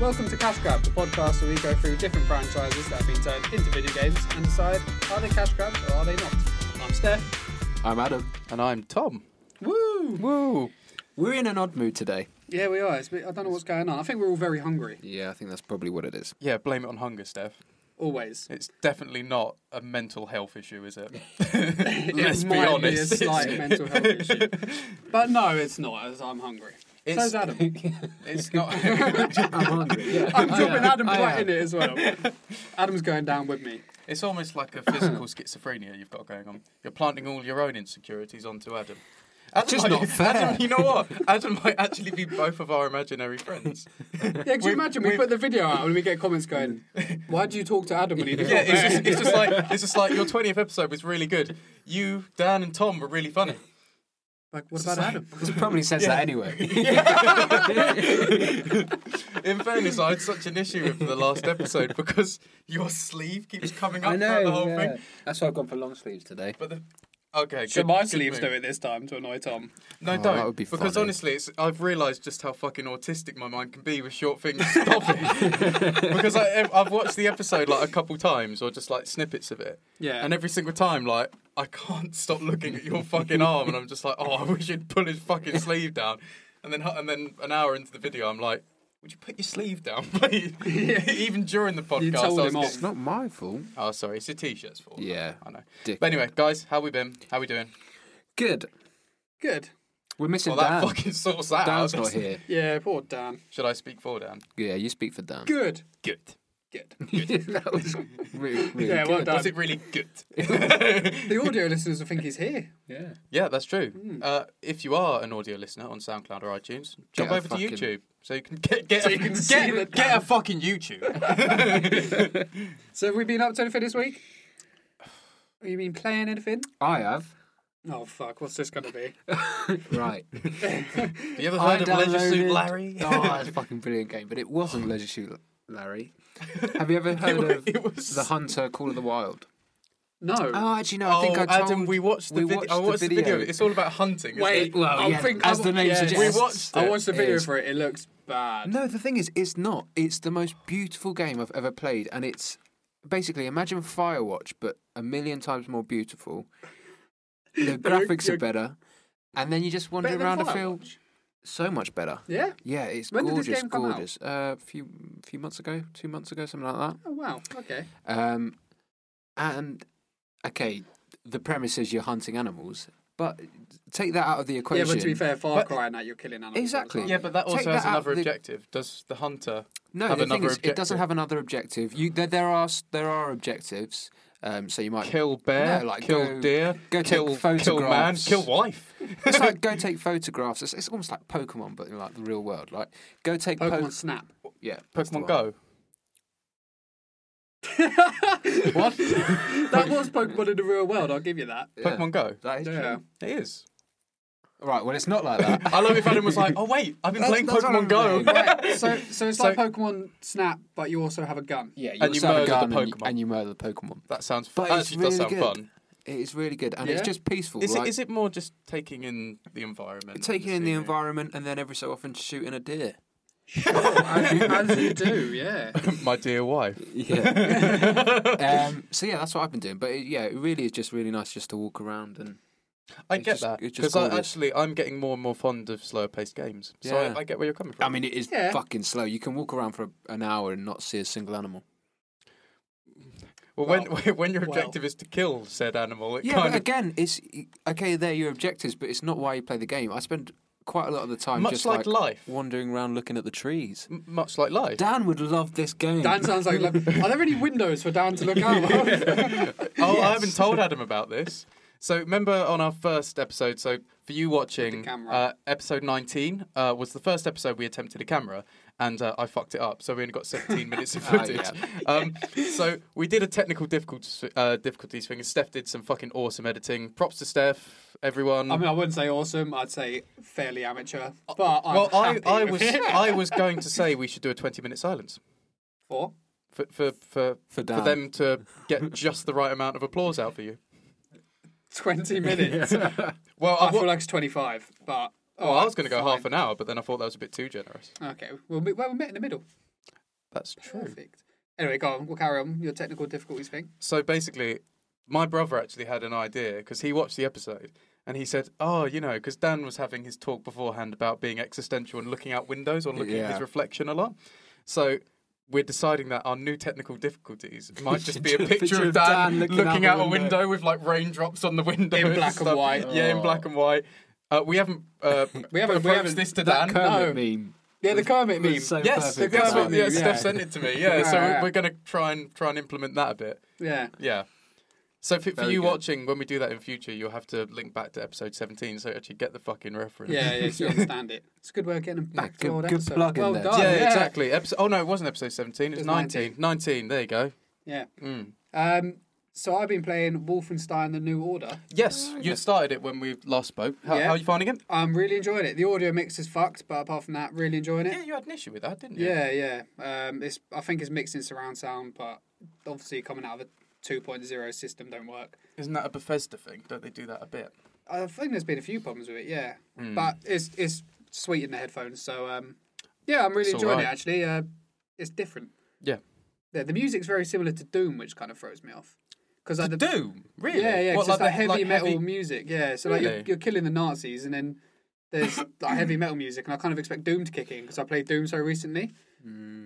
Welcome to Cash Grab, the podcast where we go through different franchises that have been turned into video games and decide are they cash grabs or are they not. I'm Steph. I'm Adam. And I'm Tom. Woo! Woo! We're in an odd mood today. Yeah, we are. It's, I don't know what's going on. I think we're all very hungry. Yeah, I think that's probably what it is. Yeah, blame it on hunger, Steph. Always. It's definitely not a mental health issue, is it? It Let's be might honest. Be a slight mental health issue. But no, it's not, as I'm hungry. It's- So's Adam. It's not. I'm hungry. I'm dropping Adam right in it as well. Adam's going down with me. it's almost like a physical schizophrenia you've got going on. You're planting all your own insecurities onto Adam. That's just not fair. Adam, you know what? Adam might actually be both of our imaginary friends. Yeah, could you imagine we we've- put the video out and we get comments going, why do you talk to Adam when he did Yeah, it's just, it's just like it's just like your 20th episode was really good. You, Dan, and Tom were really funny. Like, what about Adam? He probably says that anyway. In fairness, I had such an issue with the last episode because your sleeve keeps coming up I throughout the know. whole yeah. thing. That's why I've gone for long sleeves today. But the, okay, So good- my good sleeves move. do it this time to annoy Tom. No, Oh, don't. that would be because funny. honestly, it's, I've realised just how fucking autistic my mind can be with short things. Stop it. because I, I've watched the episode like a couple times or just like snippets of it. Yeah. And every single time, like, I can't stop looking at your fucking arm, and I'm just like, oh, I wish you'd pull his fucking sleeve down. And then, and then an hour into the video, I'm like, would you put your sleeve down, please? Even during the podcast, I told was him getting- off. It's not my fault. Oh, sorry, it's a t-shirt's fault. Yeah. I know. Dick. But anyway, guys, how we been? How we doing? Good. Good. We're missing Well, that Dan. fucking sorts that Dan's out. not here. Yeah, poor Dan. Should I speak for Dan? Yeah, you speak for Dan. Good. Good. Good. that was really, really Yeah, well good. done. Was it really good? The audio listeners will think he's here. Yeah. yeah, that's true. Hmm. Uh, if you are an audio listener on SoundCloud or iTunes, jump a over fucking- to YouTube so you can get get So a, you can get, see the get, a fucking YouTube. So have we been up to anything this week? Have you been playing anything? I have. Oh fuck, what's this gonna be? Right. Have you ever I heard of Leisure Suit downloaded- Larry? oh, that's a fucking brilliant game, but it wasn't Leisure Suit Larry. Have you ever heard wa- of it was- The Hunter Call of the Wild? No. Oh, actually, no. I Oh, think I told Adam, we watched the we video. watched I the watched the video. video. It's all about hunting. isn't Wait, it? Well, I yeah, think as I- the name yeah, suggests. we watched I watched the video Yes. for it. It looks bad. No, the thing is, it's not. It's the most beautiful game I've ever played, and it's basically imagine Firewatch, but a million times more beautiful. The graphics you're- are better, and then you just wander Better than around a Firewatch? field. So much better. Yeah. Yeah, it's When did this gorgeous, game come out? gorgeous. Uh, a few few months ago, two months ago, something like that. Oh wow. Okay. Um, and okay, the premise is you're hunting animals, but take that out of the Yeah, equation. but to be fair, Far Oh, But- Cry and that you're killing animals. all the Exactly. time. Yeah, but that Take also that has out another the- objective. Does the hunter? No, have the thing another is, it doesn't objective. have another objective. You there, there are s- there are objectives. Um, so you might kill bear, No, like, kill go- deer, go take kill kill man, photographs. kill wife. it's like go take photographs. It's, it's almost like Pokemon, but in like the real world. Like go take po- Pokemon Snap. yeah, that's the Pokemon one. Go. What? That was Pokemon in the real world. I'll give you that. Yeah, Pokemon Go. That is Yeah. true. It is. Right. Well, it's not like that. I love if Adam was like, "Oh wait, I've been That's- playing that's what Pokemon I'm Go." playing. Right, so, so it's So- like Pokemon Snap, but you also have a gun. yeah, you And you also have a murder the gun and you- Pokemon. and you murder the Pokemon. That sounds But fun. it's Actually, does really sound good. fun. It is really good, and Yeah? it's just peaceful. Is like, it, is it more just taking in the environment? taking and in the scenery? environment and then every so often shooting a deer? as, as you do, yeah. My dear wife. Yeah. um, so yeah, that's what I've been doing. But it, yeah, it really is just really nice just to walk around and I It's get just- that it's just because I gorgeous. actually I'm getting more and more fond of slower paced games. So Yeah. I, I get where you're coming from. I mean, it is Yeah. fucking slow. You can walk around for an hour and not see a single animal. well, when when your well. objective is to kill said animal, it Yeah, kind but of again, it's okay. They're your objectives, but it's not why you play the game. I spend quite a lot of the time Much just like like, life. wandering around looking at the trees. m- much like life. Dan would love this game. Dan sounds like. Are there any windows for Dan to look out? Oh, I haven't told Adam about this. So remember on our first episode. So for you watching, camera. uh, episode nineteen uh, was the first episode we attempted a camera, and uh, I fucked it up. So we only got seventeen minutes of Ah, footage. yeah. um, so we did a technical difficulties uh, difficulties thing, and Steph did some fucking awesome editing. Props to Steph, everyone. I mean, I wouldn't say awesome. I'd say fairly amateur. But I'm well, I, happy I with was it. I was going to say we should do a twenty minute silence For? for for for, For for Dan. them to get just the right amount of applause out for you. twenty minutes. Well, I I, feel like it's twenty-five, but. Oh, well, I was going to go half an hour, but then I thought that was a bit too generous. Okay, we'll meet, well, we'll meet in the middle. That's true. Perfect. Anyway, go on. We'll carry on. Your technical difficulties thing. So basically, my brother actually had an idea because he watched the episode and he said, "Oh, you know, because Dan was having his talk beforehand about being existential and looking out windows or looking at Yeah. his reflection a lot." So we're deciding that our new technical difficulties might just be a picture, of Dan, looking, out, the a window. window. with like raindrops on the window In black and stuff. white. Yeah, in black and white. Uh, we haven't. Uh, We haven't- we approached haven't- this to That Dan. no. Kermit meme. Yeah, the Kermit meme. so Yes, perfect. that's for what. that. Yeah, yeah. Steph sent it to me. Yeah, so Right, right. we're gonna try and try and implement that a bit. Yeah. Yeah. So for, for Very you good. watching, when we do that in future, you'll have to link back to episode 17 so you actually get the fucking reference. Yeah, yeah, so you understand it. It's a good way of getting them back good- to old good episode. plug in well there. Done. Yeah, Yeah, exactly. Episode, oh no, it wasn't episode 17, it was was 19. 19. there you go. Yeah. Mm. Um, so I've been playing Wolfenstein: The New Order. Yes, you started it when we last spoke. How, Yeah. how are you finding it? I'm really enjoying it. The audio mix is fucked, but apart from that, really enjoying Yeah, it. you had an issue with that, didn't you? Yeah, yeah. Um, it's I think it's mixed in surround sound, but obviously coming out of a 2.0 system don't work. Isn't that a Bethesda thing? Don't they do that a bit? I think there's been a few problems with it, yeah. Mm. But it's it's sweet in the headphones, so um, yeah, I'm really It's enjoying alright. it. Actually, uh, it's different. Yeah. Yeah, the music's very similar to Doom, which kind of throws me off. Because like, the Doom? Really? Yeah, yeah, it's What, just like, the- heavy metal heavy- music. Yeah, so like you're, Really? you're killing the Nazis, and then there's like heavy metal music, and I kind of expect Doom to kick in because I played Doom so recently.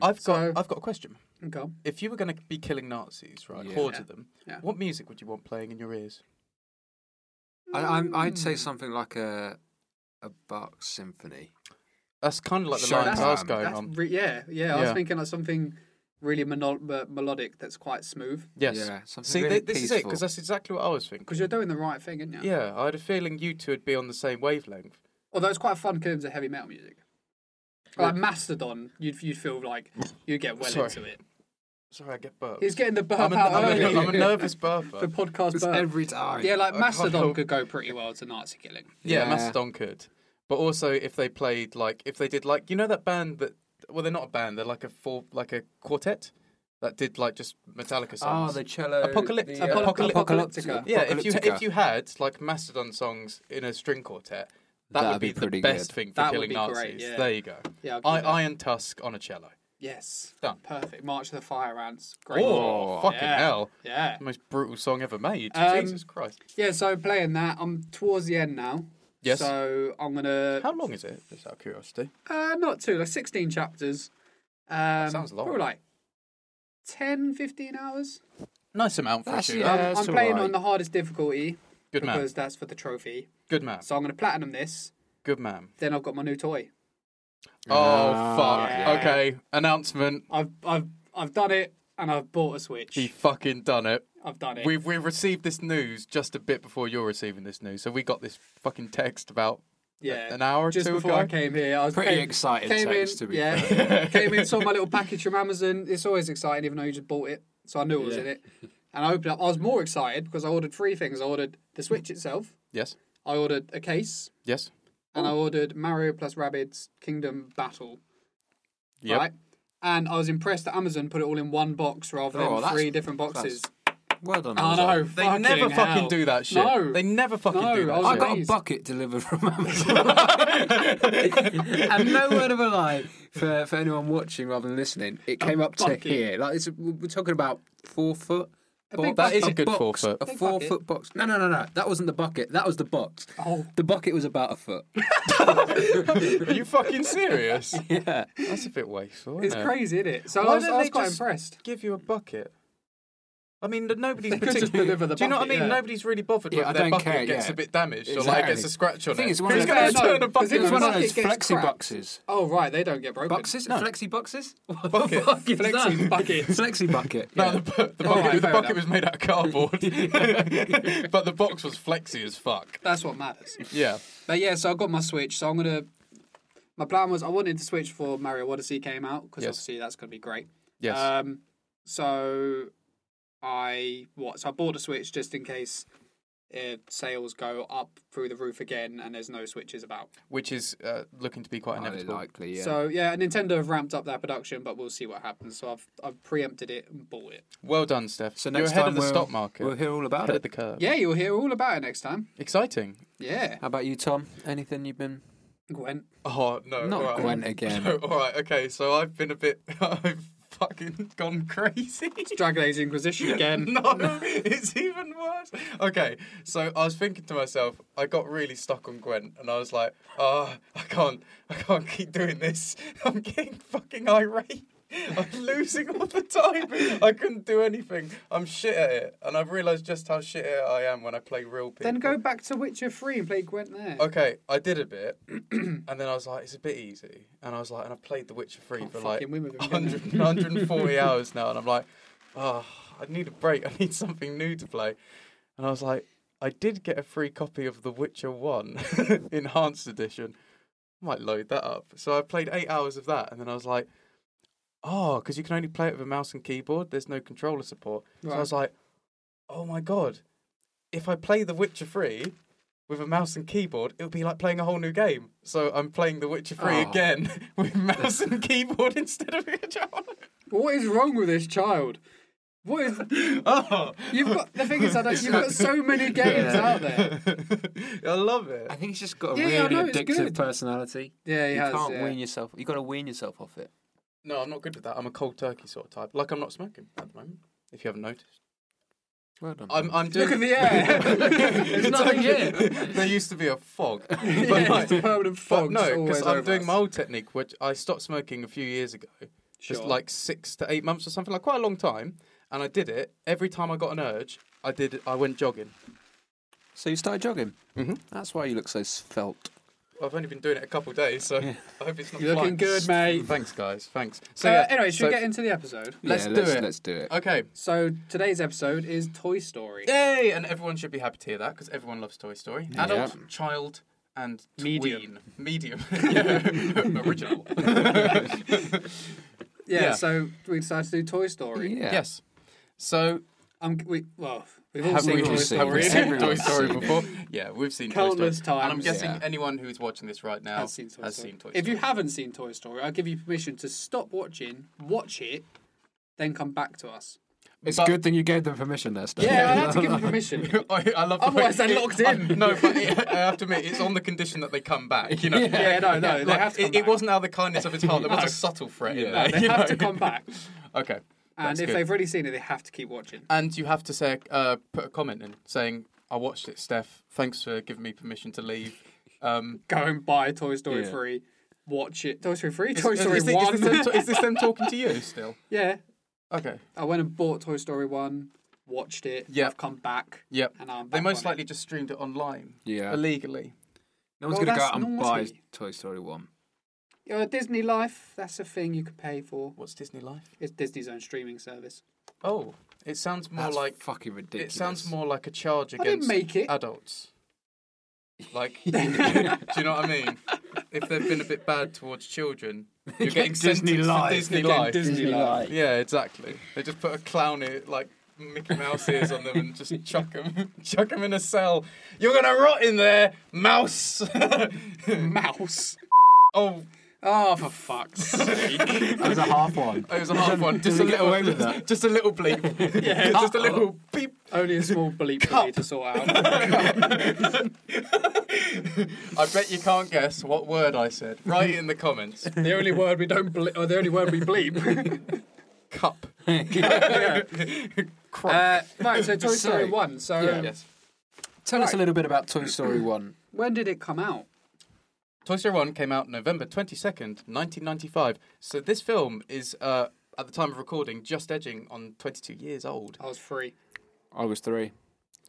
I've, got, So- I've got a question. Okay. If you were going to be killing Nazis, right, Yeah. hordes of them, Yeah. what music would you want playing in your ears? I, I'm, I'd say something like a a Bach symphony. That's kind of like the Sure, lines that's- I was going That's on. re- yeah, yeah. I was Yeah. thinking like something really mono- uh, melodic that's quite smooth Yes. Yeah, something See, really th- this is it peaceful. because that's exactly what I was thinking. because you're doing the right thing, aren't you? Yeah, I had a feeling you two would be on the same wavelength. Although it's quite fun killing the heavy metal music. Like Mastodon, you'd you'd feel like you'd get well Sorry. into it. Sorry, I get burped. He's getting the burp I'm a, out I'm a- early. I'm a nervous the burper. podcast It's burp. every time. yeah, like I can't Mastodon help- could go pretty well to Nazi killing. Yeah, Yeah. Mastodon could. But also, if they played like, if they did like, you know that band that, well, they're not a band. They're like a four, like a quartet that did like just Metallica Oh, songs. the cello. Apocalypt- the, uh, Apocalyptic- Apocalyptic- Apocalyptica. yeah, if you Apocalyptica. if you had like Mastodon songs in a string quartet, that That'd would be be, the pretty best good. thing for That would killing be Nazis. great, yeah. There you go. Yeah, I'll give I, you that. Iron Tusk on a cello. Yes. Done. Perfect. March of the Fire Ants. Great. Oh, Oh, fucking yeah. hell! Yeah. The most brutal song ever made. Um, Jesus Christ. Yeah, so playing that. I'm towards the end now. Yes. So I'm going to. How long is it? Just out of curiosity. Uh, not too, like 16 chapters. Um, sounds long. Probably like 10, 15 hours. Uh, Nice amount for That's- a shooter. yeah. I'm it's playing alright. on the hardest difficulty Good man. because that's for the trophy. Good man. So I'm going to platinum this. Good man. Then I've got my new toy. Oh Ah, fuck. yeah. Okay. Announcement. I've, I've, I've done it and I've bought a Switch. He fucking done it. I've done it. We've we've received this news just a bit before you're receiving this news. So we got this fucking text about yeah. an hour or Just two before ago. I came here, I was Pretty came- excited came text, in, to be yeah, came in, saw my little package from Amazon. It's always exciting, even though you just bought it, so I knew it was in it. And I opened up. I was more excited because I ordered three things. I ordered the Switch itself. Yes. I ordered a case, Yes. and I ordered Mario plus Rabbids Kingdom Battle. Yep. Right. And I was impressed that Amazon put it all in one box rather than Oh, three that's- different boxes. Well done. Ah, I Amazon. know. They never fucking do that shit. No. They never fucking No, do that I was I shit. got a Jeez. bucket delivered from Amazon. and no word of a lie for, for anyone watching rather than listening. It came up to bucket. here. Like it's, we're talking about four foot. bo- big That is a a good box, four foot. A Big four bucket. foot box. No, no, no, no. That wasn't the bucket. That was the box. Oh. The bucket was about a foot. Are you fucking serious? Yeah. That's a bit wasteful. isn't It's it? crazy, isn't it? So Why I was, don't I was they quite just- impressed. Give you a bucket. I mean, th- nobody's could just particularly. deliver the Do you know what I bucket, mean? yeah. Nobody's really bothered Yeah, whether I their don't bucket care, gets yeah. a bit damaged or like Exactly. gets a scratch on Thing it. is, one Who's of the- going to Yeah, no, turn a 'cause bucket it was It's into one a of Bucket those gets flexi cracked. boxes. Oh right, they don't get broken. Boxes? Flexi boxes? Bucket. What the fuck is Flexi that? bucket. Flexi bucket. No, yeah. the, bu- the All bucket, right, the fair bucket enough. was made out of cardboard, but the box was flexy as fuck. That's what matters. Yeah, But yeah, so I got my Switch. So I'm gonna. My plan was I wanted to switch for Mario Odyssey came out because Yes. obviously that's gonna be great. yes, Um, so I what? So I bought a Switch just in case uh, sales go up through the roof again and there's no Switches about. which is uh, looking to be quite Highly inevitable. likely, yeah. So yeah, Nintendo have ramped up their production, but we'll see what happens. So I've I've preempted it and bought it. Well done, Steph. So You're next ahead time of the we'll, stock market. we'll hear all about ahead of it. the curve. Yeah, you'll hear all about it next time. Exciting. Yeah, How about you, Tom? Anything you've been? Gwen. Oh no, Not all right. Gwen again. No, all right, okay. So I've been a bit. I've fucking gone crazy. Dragon Age Inquisition again. No, it's even worse. Okay, so I was thinking to myself, I got really stuck on Gwent, and I was like, ah, I can't, I can't keep doing this. I'm getting fucking irate. I'm losing all the time. I couldn't do anything. I'm shit at it, and I've realised just how shit at it I am when I play real people. Then go back to Witcher 3 and play Gwent there. Oh, Okay, I did a bit, and then I was like, it's a bit easy, and I was like, and I played The Witcher 3 Can't for like Oh, fucking win with him, can 100, 140 hours now, and I'm like, oh, I need a break. I need something new to play. And I was like, I did get a free copy of The Witcher 1 Enhanced Edition. I might load that up. So I played eight hours of that, and then I was like, oh, because you can only play it with a mouse and keyboard. There's no controller support. So I Right. was like, oh my god, if I play The Witcher 3 with a mouse and keyboard, it would be like playing a whole new game. So I'm playing The Witcher 3 Oh. again with mouse and keyboard instead of a controller. What is wrong with this child? What is Oh. you've got? The thing is, I don't, you've got so many games Yeah. out there. I love it. I think he's just got a Yeah, yeah, I really know, it's addictive good. personality. Yeah, he you has. can't yeah. wean yourself. You got to wean yourself off it. No, I'm not good with that. I'm a cold turkey sort of type. Like I'm not smoking at the moment. If you haven't noticed, Well done. I'm I'm doing. Look at the air. There's nothing here. there used to be a fog, but yeah, like- it's permanent But fog. no, because I'm doing my old technique, which I stopped smoking a few years ago, just Sure. like six to eight months or something, like quite a long time. And I did it every time I got an urge. I did. I went jogging. so you started jogging. Mhm. That's why you look so svelte. I've only been doing it a couple of days, so I hope it's not. You're looking flying. good, mate. Thanks, guys. Thanks. So So yeah, anyway, should so- we get into the episode? Let's yeah, do let's, it. Let's do it. Oh, Okay. So today's episode is Toy Story. Yay! And everyone should be happy to hear that because everyone loves Toy Story. Adult, child, and tween. Medium. Medium. Yeah. Original. Yeah, Yeah. So we decided to do Toy Story. Yeah. Yes. So I'm we well we've all Have seen we Toy just seen Story. it? seen Everyone's Toy Story seen it. before. Yeah, we've seen Toy Countless Story. And I'm times. guessing Yeah. anyone who's watching this right now Has seen Toy Story. seen Toy If you Story. haven't seen Toy Story, I'll give you permission to stop watching, watch it, then come back to us. It's But- good thing you gave them permission there, Steve. Yeah, I had to give them permission. I, I love. the Otherwise fact- they're locked I- in. no, but it, I have to admit, it's on the condition that they come back. You know. Yeah, no, no, they have to it, come it back. wasn't out of the kindness of his heart. There was a subtle threat in Yeah. there. They you have know? to come back, Okay. and that's if good. they've already seen it, they have to keep watching. And you have to say, uh, put a comment in saying, "I watched it, Steph. Thanks for giving me permission to leave." Um, Go and buy Toy Story Yeah. three, watch it. Toy Story three, Toy Story is, thi- one. Is this, them, is this them talking to you still? yeah, Okay. I went and bought Toy Story one, watched it. Yeah. I've come back. Yep. And I'm They back most on it. likely just streamed it online Yeah. illegally. No one's Well, going to go that's out and buy naughty. Toy Story 1. You know, Disney Life. That's a thing you can pay for. What's Disney Life? It's Disney's own streaming service. Oh, it sounds more That's like fucking ridiculous. it sounds more like a charge I didn't against make it. adults. Like, do you know what I mean? If they've been a bit bad towards children, you're getting Disney sentenced Life. To Disney You're getting Life. Disney Disney Life. Yeah, exactly. They just put a clown ear, like Mickey Mouse ears on them and just chuck them, chuck them in a cell. You're gonna rot in there, mouse. Mouse. oh, Oh, for fuck's sake! That was a half one. it was a hard one. Just we a get little, away with that? Just a little bleep. yeah, just a little beep. Only a small bleep for me to sort out. I bet you can't guess what word I said. Write it in the comments. the only word we don't bleep, or the only word we bleep. Cup. Uh, right, so Toy Story So- 1. So, um, Yeah. Yes. Tell us a little bit about Toy Story 1. when did it come out? Toy Story 1 came out November 22nd, 1995. So this film is, uh, at the time of recording, just edging on 22 years old. I was three. I was three.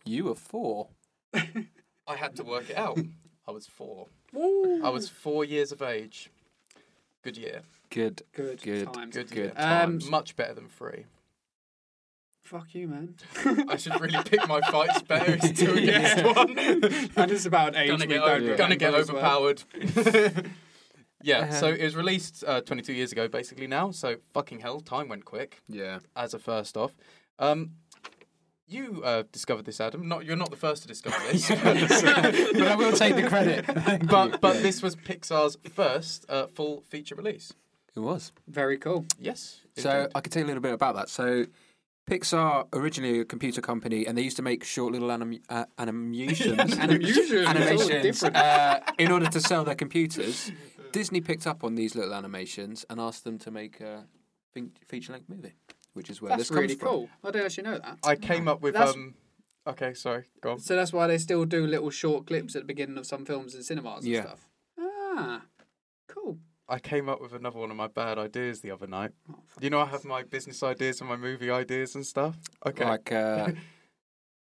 You were four. I had to work it out. I was four. Woo! I was four years of age. Good year. Good. Um, Good, Good. times. Good, Good year. times. Much better than three. Fuck you, man. I should really pick my fights better. It's two against one. And it's about age gonna we get, don't over, gonna get remember as well. overpowered. yeah, so it was released uh, 22 years ago, basically now. So fucking hell, time went quick. Yeah. As a first off, um, you uh, discovered this, Adam. Not you're not the first to discover this, But I will take the credit. but but this was Pixar's first uh, full feature release. It was. Very cool. Yes. So indeed. I could tell you a little bit about that. So Pixar originally a computer company, and they used to make short little anim- uh, animations, Animations, it's all animations different. uh, in order to sell their computers. Disney picked up on these little animations and asked them to make a fe- feature length movie, which is where That's this comes really from. cool. I didn't actually know that. I came up with That's- um. Okay, sorry. Go on. So that's why they still do little short clips at the beginning of some films and cinemas and Yeah. stuff. Ah, cool. I came up with another one of my bad ideas the other night. Oh, fuck. You know, I have my business ideas and my movie ideas and stuff. Okay. Like, uh,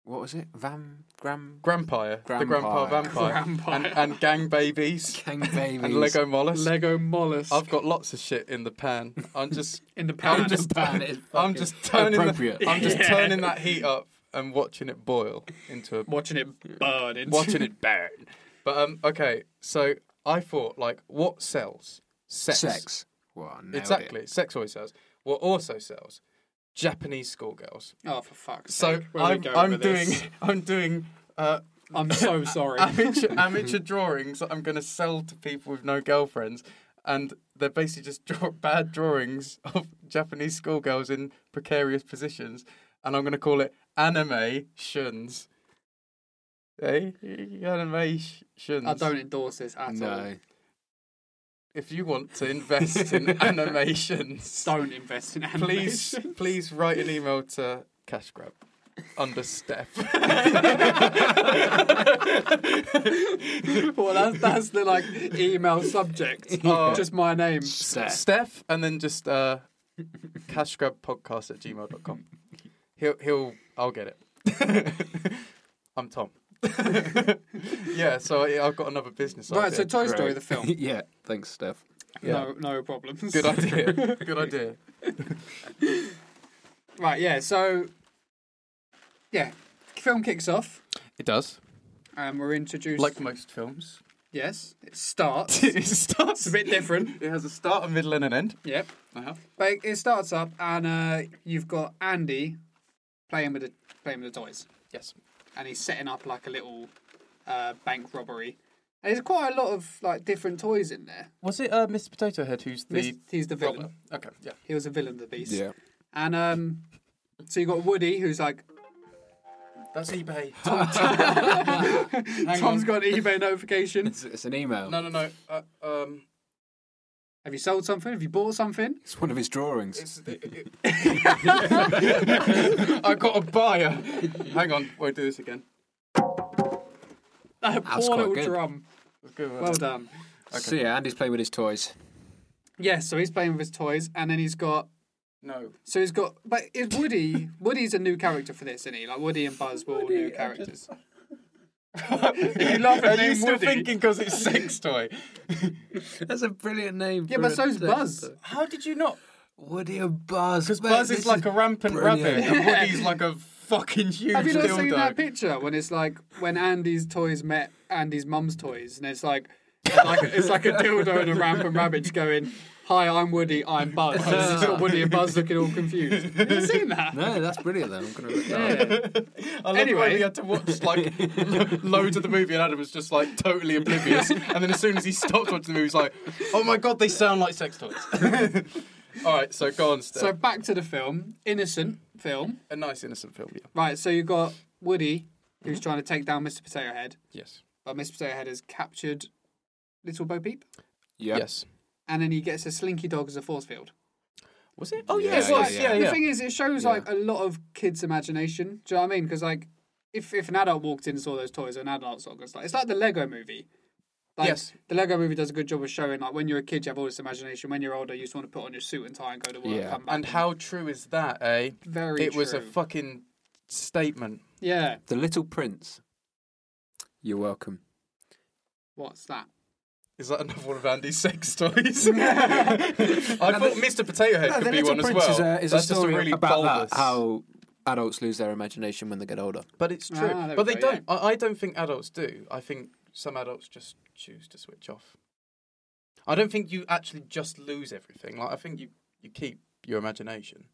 what was it? Vam Gram Grandpire, the Grandpa Grandpire. Vampire, Grandpire. And, and Gang Babies, Gang Babies. and Lego Mollusk. Lego mollusk I've got lots of shit in the pan. I'm just, in the pan. I'm just, pan is I'm fucking just turning, the, appropriate. I'm just Yeah. turning that heat up and watching it boil into a watching it burn. Into watching it burn. But um, okay, so I thought like, what sells? Sex. Sex. Well, nailed it. Exactly. Sex always sells. What also sells? Japanese schoolgirls. Oh, for fuck's So sake. Where are we I'm, going I'm with doing, this? I'm doing. Uh, I'm so sorry. amateur, amateur drawings that I'm going to sell to people with no girlfriends. And they're basically just draw- bad drawings of Japanese schoolgirls in precarious positions. And I'm going to call it animations. Eh? Animations. I don't e-, endorse this at all. No. If you want to invest in animations, Don't invest in animation. please, please write an email to Cash Grab under Steph. well, that's, that's the like email subject. Oh. Just my name. Steph. Steph, and then just uh, cashgrabpodcast at gmail.com. He'll, he'll, I'll get it. I'm Tom. yeah, so I, I've got another business Right, so idea. Toy Story Great. the film. yeah. Thanks, Steph. No, no problems. Good idea. Good idea. Right, yeah. So, yeah, film kicks off, It does. and we're introduced. Like most films, yes, it starts. it's it starts. a bit different. It has a start, a middle, and an end. Yep, Uh-huh. but it- it starts up, and uh, you've got Andy playing with the playing with the toys, Yes. and he's setting up like a little uh, bank robbery. And there's quite a lot of like different toys in there. Was it uh, Mr. Potato Head who's the This- he's the villain. robber? Okay. Yeah. He was a villain of the beast. Yeah. And um, so you got Woody, who's like That's eBay. Tom's on. got an eBay notification. It's, it's an email. no, no, no. Uh, um, Have you sold something? Have you bought something? It's one of his drawings. It's the- it- it- I got a buyer. Hang on, wait, do this again. That poor quite little good. drum. Good one. Well done. So yeah, Andy's playing with his toys. Yeah, so he's playing with his toys, and then he's got. no. So he's got. But is Woody. Woody's a new character for this, isn't he? Like, Woody and Buzz were all new characters. you laugh at Are name you still Woody? thinking because it's sex toy? That's a brilliant name. Yeah, but so's Buzz. How did you not? Woody and Buzz. Because Buzz is like a rampant rabbit, brilliant. and Woody's like a fucking huge Have you not seen that dildo. picture when it's like when Andy's toys met Andy's mum's toys, and it's like. it's like, it's like a dildo and a rampant rabbit just going, Hi, I'm Woody, I'm Buzz. And it's got Woody and Buzz looking all confused. Have you seen that? No, that's brilliant. Then I'm gonna. Look that up. Yeah. I love Anyway. anyway, we had to watch like loads of the movie, and Adam was just like totally oblivious. and then as soon as he stopped watching the movie, he's like, "Oh my god, they sound like sex toys." All right, so go on, Steph. So back to the film. Innocent film. a nice innocent film, yeah. Right, so you've got Woody, who's trying to take down Mr. Potato Head, Yes. but Mr. Potato Head has captured Little Bo Peep, Yep. Yes. and then he gets a Slinky Dog as a force field. Was it? Oh Yeah, yeah, it yeah, was. yeah, yeah. The thing is, it shows Yeah. like a lot of kids' imagination. Do you know what I mean? Because like, if if an adult walked in and saw those toys, an adult's not gonna like. It's like the Lego Movie. Like, Yes. The Lego Movie does a good job of showing like when you're a kid, you have all this imagination. When you're older, you just want to put on your suit and tie and go to work. Yeah. Come back and how true is that, eh? very it was a true. fucking statement. yeah. The Little Prince. You're welcome. What's that? Is that another one of Andy's sex toys? I thought Mr. Potato Head No, could the be Little one as Prince well. is a, is a That's story just a really about bulbous. that, how adults lose their imagination when they get older. But it's true. Ah, there but we they go, don't. I, I don't think adults do. I think some adults just choose to switch off. I don't think you actually just lose everything. Like I think you, you keep your imagination.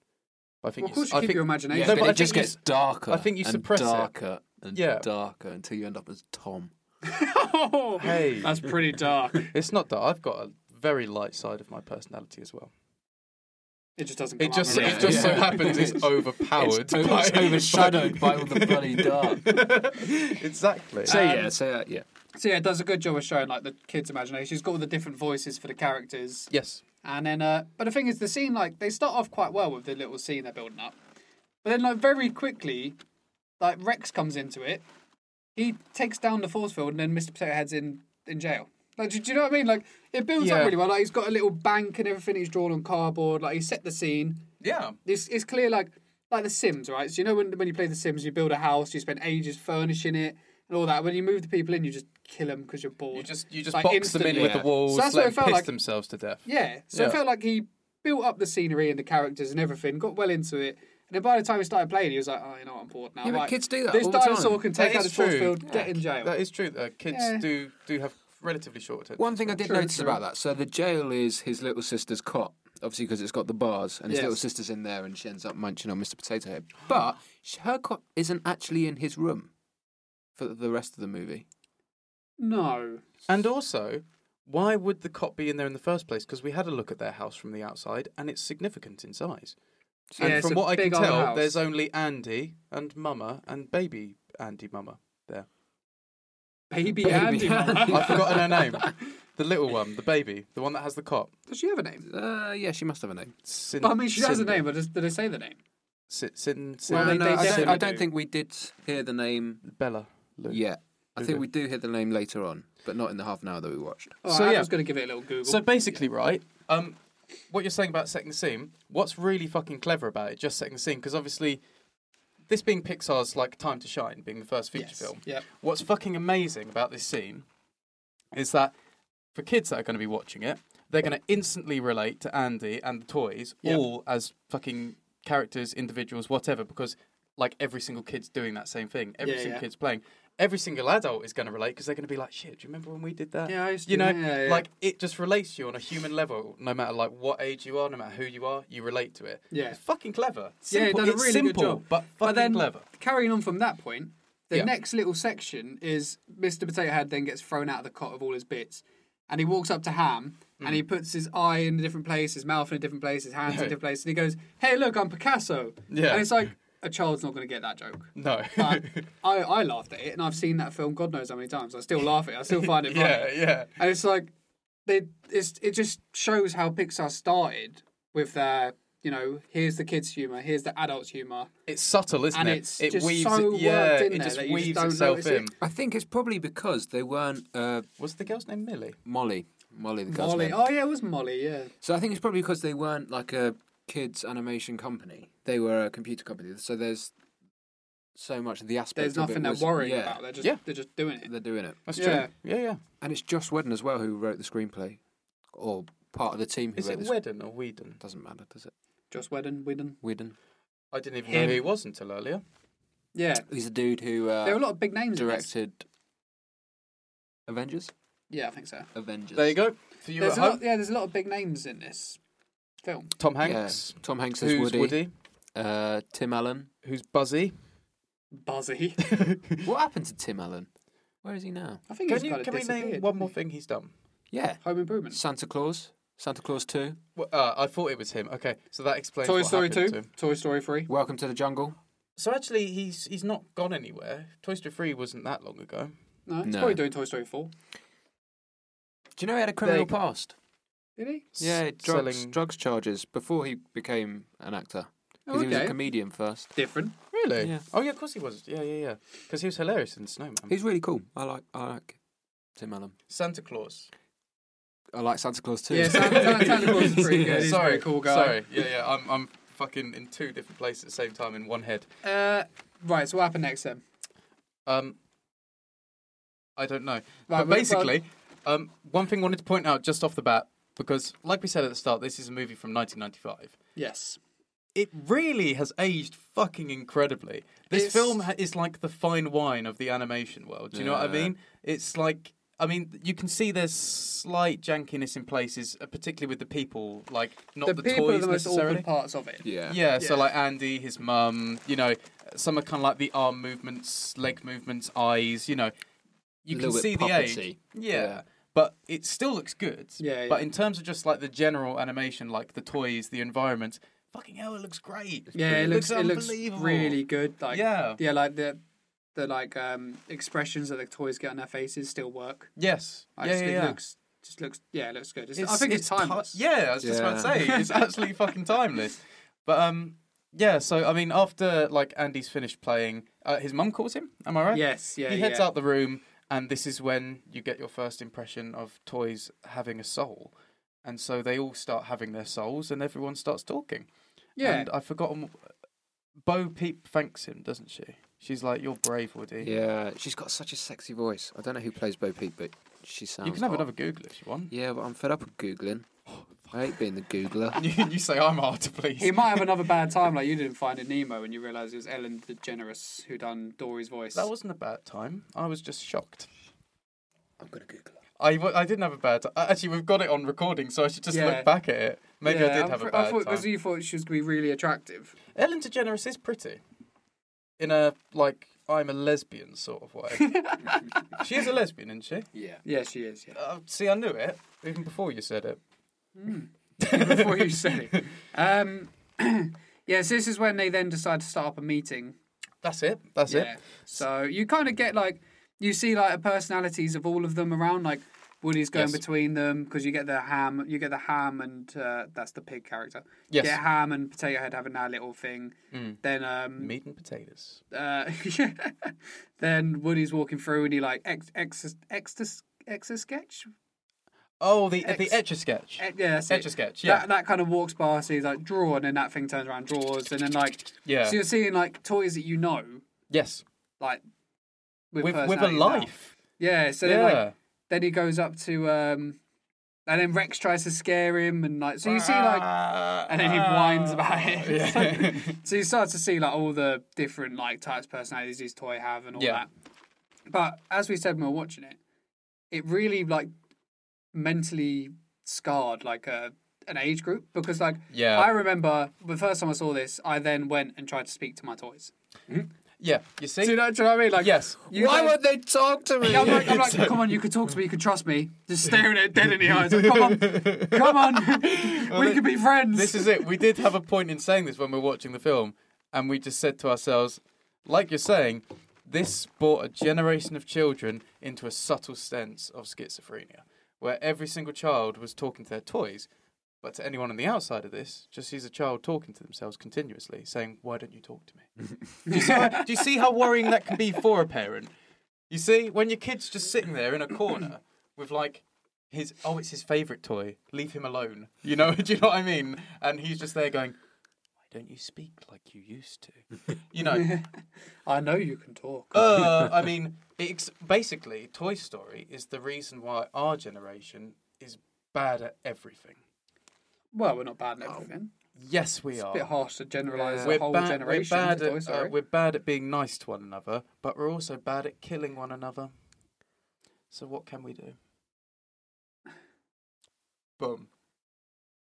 I think Well, of you, course, s- you I keep think, your imagination. Yeah, No, but, but I it just think you gets darker. I think you and suppress it. darker and Yeah. darker until you end up as Tom. Oh, Hey. that's pretty dark. It's not that I've got a very light side of my personality as well. It just doesn't. Come It just up, Yeah. it just so Yeah. happens it's overpowered. It's over- by- it's overshadowed by all the bloody dark. exactly. So Um, yeah, so uh, yeah. So yeah, it does a good job of showing like the kids' imagination. He's got all the different voices for the characters, yes. And then, uh, but the thing is, the scene like they start off quite well with the little scene they're building up, but then like very quickly, like Rex comes into it, he takes down the force field, and then Mr. Potato Head's in in jail. Like, do, do you know what I mean? Like it builds Yeah. up really well. Like he's got a little bank and everything. He's drawn on cardboard. Like he set the scene. Yeah. It's it's clear like like the Sims, right? So you know when when you play the Sims, you build a house, you spend ages furnishing it and all that. When you move the people in, you just kill them because you're bored. You just you just Like, box them instantly. in with Yeah. the walls, So that's let what it them felt piss like. themselves to death. Yeah. So Yeah. it felt like he built up the scenery and the characters and everything, got well into it. And then by the time he started playing, he was like, oh, you know what, I'm bored now. Yeah, but Right, kids do that This all the time. dinosaur can That take out is the force true. field, get in jail. That is true. Uh, kids Yeah. do do have relatively short attention. One thing I did True, notice true. about that, so the jail is his little sister's cot, obviously because it's got the bars, and his Yes. little sister's in there, and she ends up munching on Mr. Potato Head. But sh- her cot isn't actually in his room for the rest of the movie. no. And also, why would the cop be in there in the first place? Because we had a look at their house from the outside, and it's significant in size. Yeah, and it's from a what I can big old tell, house. there's only Andy and Mama and baby Andy Mama there. Baby, Baby Andy. Andy. I've forgotten her name. The little one, the baby, the one that has the cop. Does she have a name? Uh, yeah, she must have a name. Sin- But, I mean, she has a Cindy. name, but does, do they say the name? Sin, sin, sin, Well, they- No, Uh, they no, I, don't, I definitely don't do. think we did hear the name Bella. Lou. yet. I Who think did? we do hear the name later on, but not in the half an hour that we watched. Oh, So, I yeah. was going to give it a little Google. So basically, right, um, what you're saying about setting the scene, what's really fucking clever about it, just setting the scene, because obviously, this being Pixar's like time to shine, being the first feature Yes. film, Yep. what's fucking amazing about this scene is that for kids that are going to be watching it, they're going to instantly relate to Andy and the toys, Yep. all as fucking characters, individuals, whatever, because like every single kid's doing that same thing. Every Yeah, single yeah. kid's playing. Every single adult is going to relate because they're going to be like, shit, do you remember when we did that? Yeah, I used to you do know, that. Yeah, yeah. like it just relates to you on a human level, no matter like what age you are, no matter who you are, you relate to it. Yeah. It's fucking clever. Yeah, Simple. done a it's really good simple, job. but fucking then clever. carrying on from that point, the Yeah. next little section is Mr. Potato Head then gets thrown out of the cot of all his bits, and he walks up to Ham and he puts his eye in a different place, his mouth in a different place, his hands in a Mm. Yeah. different place, and he goes, "Hey, look, I'm Picasso." Yeah. and it's like a child's not going to get that joke. No. But I, I laughed at it, and I've seen that film God knows how many times. I still laugh at it. I still find it funny. yeah, yeah. And it's like they it's it just shows how Pixar started with their you know here's the kids humor, here's the adults humor. It's subtle, isn't And it? it's it just weaves so it, yeah, worked in it there just that you just weaves don't itself notice it. in. I think it's probably because they weren't uh, Was the girl's name Millie? Molly. Molly the girl's Molly, name. oh yeah, it was Molly. Yeah, So I think it's probably because they weren't like a kids animation company. They were a computer company. So there's so much of the aspect. there's of it nothing they're was- worrying yeah, about. They're just Yeah. they're just doing it. They're doing it, That's Yeah. true. Yeah, yeah. and it's Joss Whedon as well who wrote the screenplay, or part of the team who Is wrote it this. Wedden or Whedon? Doesn't matter, does it? Joss Whedon, Whedon. Whedon. I didn't even Him. know who he was until earlier. Yeah, He's the dude who uh, there are a lot of big names. in this. directed Avengers. Yeah, I think so. Avengers. There you go. For you There's at a home, lot, yeah, there's a lot of big names in this film. Tom Yeah. Hanks. Tom Hanks is Who's Woody. Woody? Uh, Tim Allen. Who's Buzzy? Buzzy. What happened to Tim Allen? Where is he now? I think can he's you, kind of can we disappeared. name one more thing he's done? Yeah. Home Improvement. Santa Claus. Santa Claus Two. Well, uh, I thought it was him. Okay, so that explains Toy what Story happened two. to him. Toy Story three. Welcome to the Jungle. So actually, he's he's not gone anywhere. Toy Story 3 wasn't that long ago. No, he's No. probably doing Toy Story four. Do you know he had a criminal criminal past? Did he? Yeah, S- drugs, selling- drugs charges before he became an actor. 'Cause he was a okay. comedian first. Different. Really? Yeah. Oh yeah, of course he was. Yeah, yeah, yeah. Because he was hilarious in Snowman. He's really cool. I like, I like Tim Allen. Santa Claus. I like Santa Claus too. Yeah, Santa, Santa, Santa Claus is pretty good. He's a sorry, very cool guy. Sorry, yeah, yeah. I'm I'm fucking in two different places at the same time in one head. Uh, right, so what happened next then? Um, I don't know. Right, but well- basically, um, one thing I wanted to point out just off the bat because, like we said at the start, this is a movie from 1995. Yes. It really has aged fucking incredibly. This It's- film ha- is like the fine wine of the animation world. Do you know what I Yeah. mean? It's like. I mean, you can see there's slight jankiness in places, uh, particularly with the people, like not the, the, people toys are the most necessarily. awkward parts of it. yeah. Yeah, so Yeah. like Andy, his mum, you know, some are kind of like the arm movements, leg movements, eyes, you know. You can Little bit see the puppety. age. Yeah. Yeah. But it still looks good. Yeah, But yeah. in terms of just like the general animation, like the toys, the environment, fucking hell, it looks great. Yeah, it looks, it looks unbelievable. really good. Like Yeah. yeah, like the the like um expressions that the toys get on their faces still work. Yes. Like, yeah, it's- yeah, it yeah. looks just looks yeah, it looks good. It's, I think it's, ti- timeless. yeah, I was just about to say Yeah. it's absolutely fucking timeless. But um, yeah. So I mean, after like Andy's finished playing, uh, his mum calls him. Am I right? Yes, yeah, he heads yeah. out the room, and this is when you get your first impression of toys having a soul. And so they all start having their souls, and everyone starts talking. Yeah. And I've forgotten. Bo Peep thanks him, doesn't she? She's like, "You're brave, Woody." Yeah, she's got such a sexy voice. I don't know who plays Bo Peep, but she sounds. You can have hot. another Google if you want. Yeah, but I'm fed up with googling. I hate being the googler. you you say I'm hard to please. He might have another bad time, like you didn't find in Nemo, and you realised it was Ellen DeGeneres who done Dory's voice. That wasn't a bad time. I was just shocked. I'm gonna Google. it. I, wa- I didn't have a bad time. Actually, we've got it on recording, so I should just Yeah. look back at it. Maybe I Yeah, did I'm have fr- a bad I thought, time. Because you thought she was going to be really attractive. Ellen DeGeneres is pretty. In a, like, I'm a lesbian sort of way. she is a lesbian, isn't she? Yeah. Yeah, she is. Yeah. Uh, see, I knew it, even before you said it. Before you say, it. um, yeah. So this is when they then decide to start up a meeting. That's it. That's yeah. it. So you kind of get like you see like the personalities of all of them around. Like Woody's going Yes. between them because you get the ham. You get the ham and uh, that's the pig character. You Yes. Mm. Get ham and potato head having that little thing. Then um, Meat and potatoes. uh, then Woody's walking through and he like ex ex ex ex sketch. Oh, the Ex- the etch a sketch. Eh, Yeah, that's Etch it. a sketch. Yeah. That, that kind of walks past, he's like, draw, and then that thing turns around, draws, and then like, yeah. so you're seeing like toys that you know, yes. like, with, With with a personality now. life. Yeah, so Yeah. then like, then he goes up to, um, and then Rex tries to scare him, and like, so you see like, and then he whines about it. Uh, Yeah. so you start to see like all the different like types of personalities these toy have and all Yeah. that. But as we said when we were watching it, it really like mentally scarred like a an age group because like Yeah. I remember the first time I saw this, I then went and tried to speak to my toys. yeah. You see? Do you know, do you know what I mean? Like Yes. you Why guys- won't they talk to me? I'm like, I'm like, uh, come on, you can talk to me, you can trust me. Just staring it dead in the eyes. Like, come on, come on, we thi- can be friends. this is it. We did have a point in saying this when we were watching the film, and we just said to ourselves, like you're saying, this brought a generation of children into a subtle sense of schizophrenia, where every single child was talking to their toys. But to anyone on the outside of this, just sees a child talking to themselves continuously, saying, Why don't you talk to me? do, you see how, do you see how worrying that can be for a parent? You see, when your kid's just sitting there in a corner with like his oh, it's his favourite toy. Leave him alone. You know, do you know what I mean? And he's just there going, Why don't you speak like you used to? You know, I know you can talk. uh, I mean, it's basically Toy Story is the reason why our generation is bad at everything. well, we're not bad at everything. Yes, we A bit are. harsh to generalize the Yeah. oh, We're, whole ba- we're generation. bad to Toy at uh, Story. we're bad at being nice to one another, but we're also bad at killing one another. So what can we do? Boom.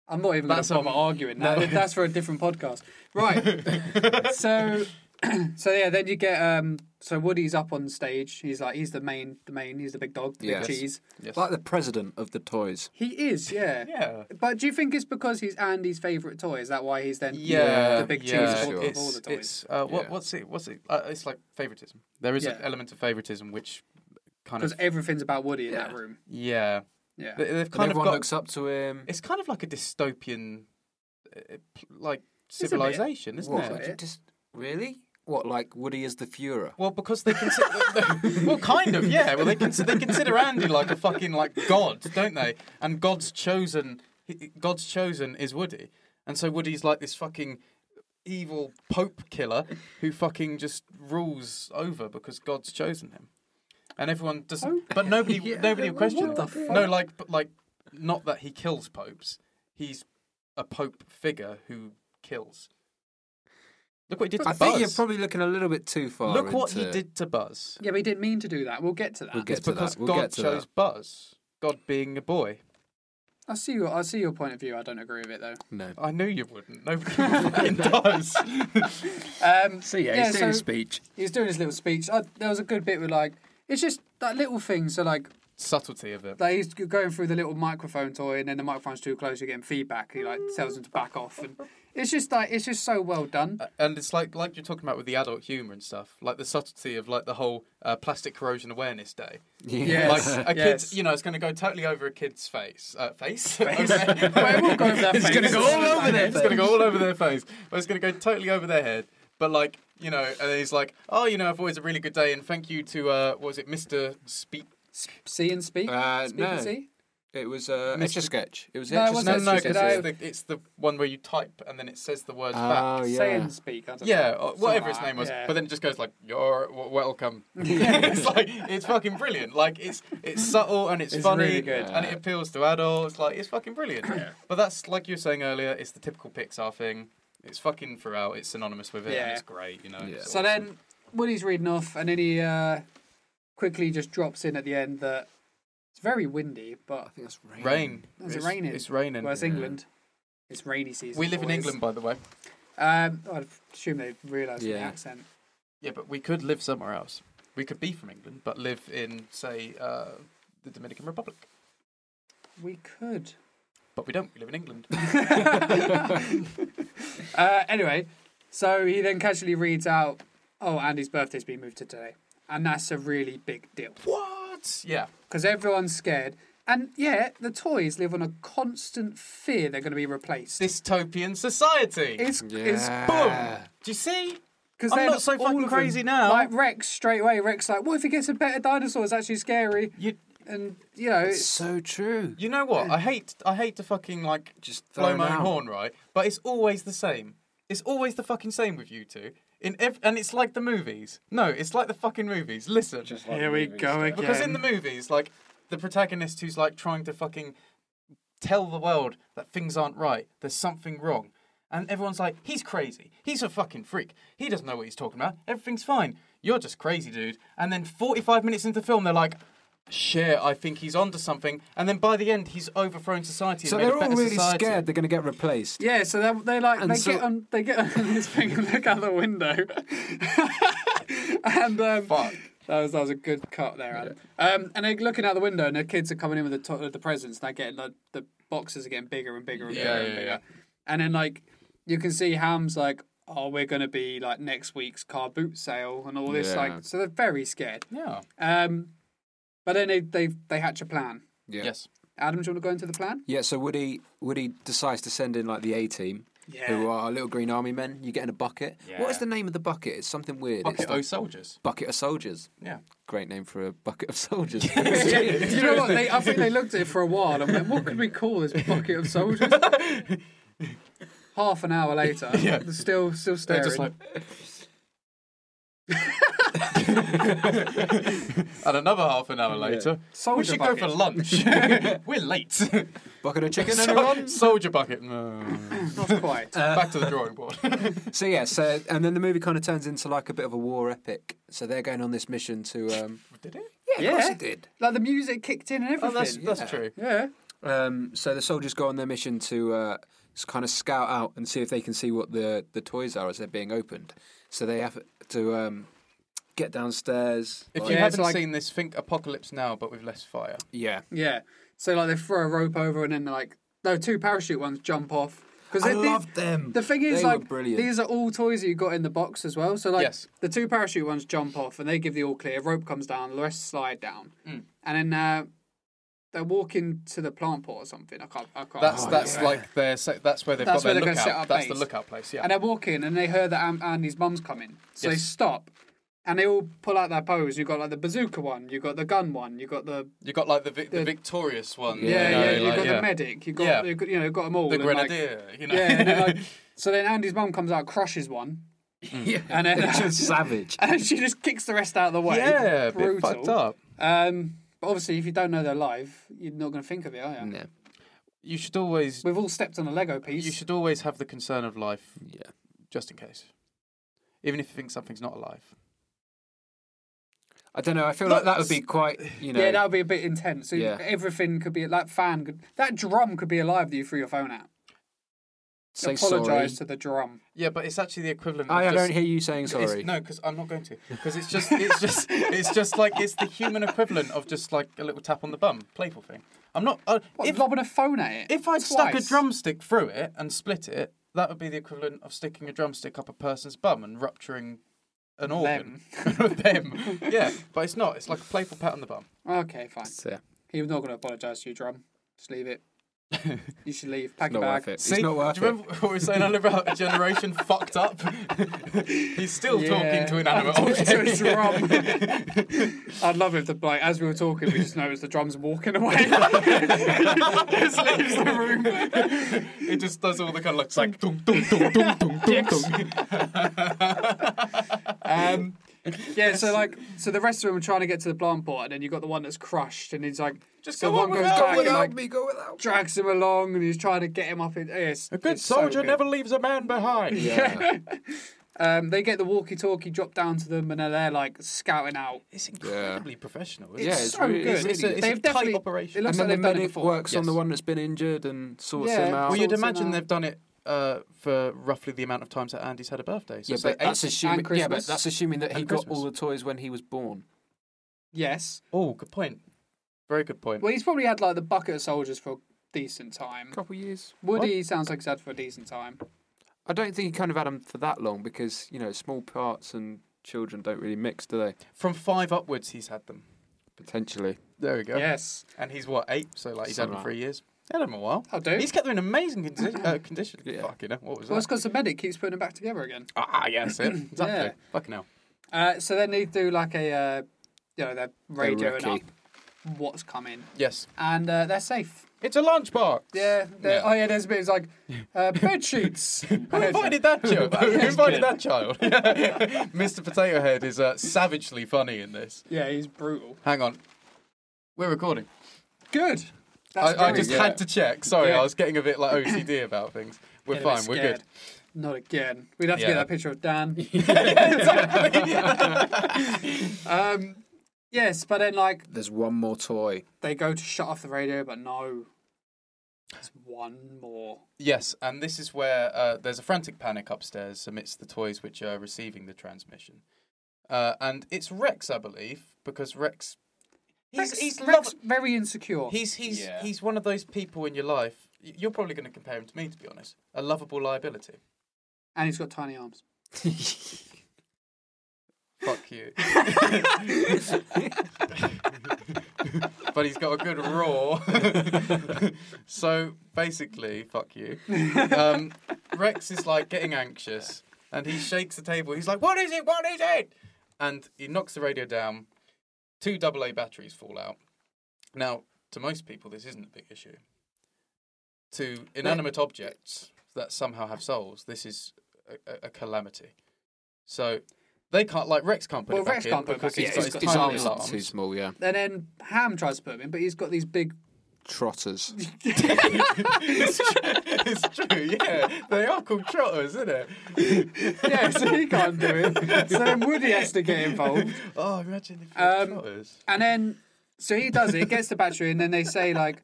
I'm not even going That's to bother a- arguing. no. That, that's for a different podcast. Right. so, so yeah, then you get um. So Woody's up on stage. He's like he's the main, the main. He's the big dog, the Yes. big cheese. Yes. Like the president of the toys. He is, yeah. yeah. But do you think it's because he's Andy's favorite toy? Is that why he's then Yeah, the big yeah. cheese of all- sure. of all It's, the toys? it's uh, what, Yeah. what's it? What's it? Uh, it's like favoritism. There is an Yeah. element of favoritism which kind Because of everything's about Woody in that Yeah. room. yeah. Yeah. They, Kind have kind of everyone got. looks up to him. It's kind of like a dystopian, uh, p- a like bit. civilization, isn't What, it? it? Just really? What like Woody is the Führer? Well, because they consider well, kind of, yeah. Well, they consider they consider Andy like a fucking like god, don't they? And God's chosen, he- God's chosen is Woody, and so Woody's like this fucking evil pope killer who fucking just rules over because God's chosen him, and everyone doesn't. But nobody, nobody will question. What him. the No, fuck? like, but like, not that he kills popes. He's a pope figure who kills. Look what he did to I think you're Buzz. probably looking a little bit too far. Look what he into- did to Buzz. yeah, but he didn't mean to do that. We'll get to that. We'll get It's to because that. We'll God get to chose Buzz. God being a boy. I see your I see your point of view. I don't agree with it though. that. No. I knew you wouldn't. Nobody fucking does. Um, See, yeah, he's doing so- his speech. he was doing his little speech. I, there was a good bit with like it's just that little thing. So like, Subtlety of it. like he's going through the little microphone toy, and then the microphone's too close, you're getting feedback. He like tells him to back off, and It's just like it's just so well done. and it's like like you're talking about with the adult humor and stuff, like the subtlety of like the whole uh, plastic corrosion awareness day. Yes. Like a Yes. kid's, you know, it's going to go totally over a kid's face. Uh, face? Well, it will go over their it's going to face. go all over their their It's going to go all over their face. But it's going to go totally over their head. But like, you know, and then he's like, oh, you know, I've always a really good day. And thank you to, uh, what was it, Mr. Speak? See and speak. Uh, speak no. and see. It was uh, Mr. Etch a Sketch. It was No, it Etch a wasn't No, Sketch. no, Etch-a-Sketch. because it's the, it's the one where you type and then it says the words Oh, back. yeah. Say and speak. I don't Yeah, know. or whatever its Something name was. like that, But then it just goes like, "You're w- welcome." it's like it's fucking brilliant. Like it's it's subtle and it's, It's funny really good. and it Yeah. appeals to adults. Like it's fucking brilliant. But that's like you were saying earlier. It's the typical Pixar thing. It's fucking throughout. It's synonymous with it. Yeah. and It's great. You know. Yeah. it's So awesome. then Woody's reading off, and then he uh, quickly just drops in at the end that it's very windy, but I think that's rain. rain. Is it raining? It's raining. well, it's Yeah. England. It's rainy season. we live in boys. England, by the way. Um, I assume they realised the Yeah. accent. Yeah, but we could live somewhere else. We could be from England, but live in, say, uh, the Dominican Republic. We could. But we don't. We live in England. Uh, anyway, so he then casually reads out, "Oh, Andy's birthday's been moved to today," and that's a really big deal what? Yeah. because everyone's scared. And yeah, the toys live on a constant fear they're going to be replaced. dystopian society. It's it's Yeah. Boom. Do you see? because I'm not so fucking crazy now. Like Rex straight away. Rex like, what if he gets a better dinosaur? It's actually scary. You And you know, It's it's, so true. you know what? I hate I hate to fucking like Just blow throw my it own out. horn, right? But it's always the same. It's always the fucking same with you two. In ev- and it's like the movies. No, it's like the fucking movies. Listen, here we go again. because in the movies, like the protagonist who's like trying to fucking tell the world that things aren't right, there's something wrong, and everyone's like, he's crazy, he's a fucking freak, he doesn't know what he's talking about, everything's fine, you're just crazy, dude. And then 45 minutes into the film, they're like. Shit, I think he's onto something. And then by the end, he's overthrown society. and So made a they're all better really society. scared they're going to get replaced. yeah, so they they like And they so- get on they get on this thing and look out the window, and um, Fuck. That was, that was a good cut there, Adam. Um, and they're looking out the window, and the kids are coming in with the to- with the presents. They're getting the, the boxes are getting bigger and bigger and Yeah, bigger and yeah, bigger. yeah. And then like you can see Ham's like, "Oh, we're gonna be like next week's car boot sale and all this." Yeah. Like, so they're very scared. Yeah. Um, but then they they they hatch a plan. Yeah. Yes. Adam, do you want to go into the plan? Yeah, so Woody Woody decides to send in like the A team, Yeah. who are little green army men. You get in a bucket. What is the name of the bucket? It's something weird. Bucket it's like O soldiers. bucket of soldiers. Yeah. Great name for a bucket of soldiers. Do you know what? They, I think they looked at it for a while and went, "What could we call this bucket of soldiers?" Half an hour later, Yeah. still still They're staring. just like. and another half an hour later, we Soldier should go for bucket. lunch. We're late. bucket of chicken, So- everyone. soldier bucket. No. Not quite. Back to the drawing board. So yeah, so and then the movie kind of turns into like a bit of a war epic. So they're going on this mission to. Um, Did it? yeah, of course Yeah. it did. Like the music kicked in and everything. Oh, that's that's yeah. true. yeah. Um, so the soldiers go on their mission to uh, kind of scout out and see if they can see what the the toys are as they're being opened. So they have to um, get downstairs. If like- you Yeah, it's haven't like- seen this, think apocalypse now, but with less fire. yeah, Yeah. So like they throw a rope over and then like no two parachute ones jump off. Because I love them. The thing is They were like brilliant. these are all toys that you got in the box as well. So like Yes. the two parachute ones jump off and they give the all clear. Rope comes down, the rest slide down, Mm. and then uh, they're walking to the plant pot or something. I can't. I can't. That's Oh, that's yeah. like their se- that's where they've That's got where their they're gonna lookout. set up that's the base. lookout place. Yeah. And they're walking and they hear that Am- Andy's mum's coming. So they Yes. stop and they all pull out their pose. You've got like the bazooka one, you've got the gun one, you've got the You got like the, vic- the The- victorious one. Yeah, you yeah, know, you've like, got yeah. the medic, you've got, Yeah. you've got- you know, you've got them all. the and, like- grenadier. you know. yeah, and then, like, so then Andy's mum comes out, crushes one, Mm. and then just savage. and she just kicks the rest out of the way. yeah, a brutal. bit fucked up. Um, but obviously, if you don't know they're alive, you're not going to think of it, are you? Yeah, You should always We've all stepped on a Lego piece. you should always have the concern of life yeah. just in case. Even if you think something's not alive. I don't know. I feel Look, like that would be quite, you know. Yeah, that would be a bit intense. So Yeah. Everything could be that fan could that drum could be alive that you threw your phone at. say sorry. Apologise to the drum. Yeah, but it's actually the equivalent. Of I, I just, don't hear you saying it's- sorry. no, because I'm not going to. Because it's just, it's just, it's just like it's the human equivalent of just like a little tap on the bum, playful thing. I'm not. Uh, What, if lobbing a phone at it? if I stuck a Twice. drumstick through it and split it, that would be the equivalent of sticking a drumstick up a person's bum and rupturing an organ. Them. Them. Yeah, but it's not. It's like a playful pat on the bum. Okay, fine. It's, uh, He was not going to apologise to you, Drum. Just leave it. You should leave. Pack not your bag. worth it. it's not worth do you remember what we were saying earlier about a generation fucked up? He's still Yeah. talking to inanimate objects. I'd love if the like as we were talking, we just noticed the drums walking away. just leaves the room. it just does all the kind of like, it's like dum, dum, dum, dum, dum, dum, dum. Um, yeah, so like, so the rest of them are trying to get to the plant pot, and then you got the one that's crushed, and he's like, Just so go on one goes without- back and without like me, go without. drags him along, and he's trying to get him up. In, yes, A good it's so soldier good. never leaves a man behind. Yeah, Um, they get the walkie-talkie dropped down to them, and then they're like scouting out. It's incredibly professional. yeah, it's so really, good. It's really It's a- good. it's They've tight definitely operation. It and looks then like the they've done it medic before. works on the Yes. one that's been injured and sorts Yeah. him out. Well, you'd sorts him imagine out. they've done it uh, for roughly the amount of times that Andy's had a birthday. So yeah, it's but like that's eight- assuming. Yeah, but Christmas. that's assuming that he And got Christmas. all the toys when he was born. Yes. Oh, good point. Very good point. Well, he's probably had like the bucket of soldiers for a decent time. couple years. Woody sounds like he's had for a decent time. I don't think he kind of had them for that long because you know small parts and children don't really mix, do they? From five upwards, he's had them. Potentially. There we go. Yes. And he's what eight? So like he's had them Something for years. Had them a while. I'll do. He's kept them in amazing condi- uh, condition. Yeah. Fucking hell, what was Oh, Well, it's that? because the medic keeps putting them back together again. Ah, yeah, that's it. Exactly. Yeah. Fucking hell. Uh, so then they do like a, uh, you know, they're radioing up recce. what's coming, Yes, and uh, they're safe. it's a lunchbox. Yeah. they're- Yeah. Oh yeah, there's a bit. It's like uh, bed sheets. Who invited that child? Who invited that child? Mr. Potato Head is uh, savagely funny in this. yeah, he's brutal. Hang on, we're recording. Good. That's I, I very just good. had to check. Sorry, Yeah. I was getting a bit like OCD about things. We're Get a bit fine. We're good. scared. Not again. We'd have to Yeah. get that picture of Dan. um, yes, but then like There's one more toy. they go to shut off the radio, but no, there's one more. Yes, and this is where uh, there's a frantic panic upstairs amidst the toys which are receiving the transmission. Uh, and it's Rex, I believe, because Rex. He's, Rex- he's, Rex lov- very insecure. he's he's Yeah. he's one of those people in your life. y- You're probably going to compare him to me, to be honest. A lovable liability. and he's got tiny arms. Fuck you. but he's got a good roar. so basically, fuck you. Um, Rex is like getting anxious and he shakes the table. He's like, What is it? What is it? And he knocks the radio down. Two AA batteries fall out. Now, to most people, this isn't a big issue. To inanimate objects that somehow have souls, this is a, a- a calamity. So they can't, like Rex can't put Well, it back Rex in can't put it because back in. It's he's got his his tiny arms arms. are too small. Yeah, And then Ham tries to put him in, but he's got these big. trotters. it's, true. it's true, yeah. They are called trotters, isn't it? Yeah, so he can't do it. So then Woody has to get involved. Oh, imagine if you're Um, trotters. And then, so he does it, gets the battery, and then they say, like,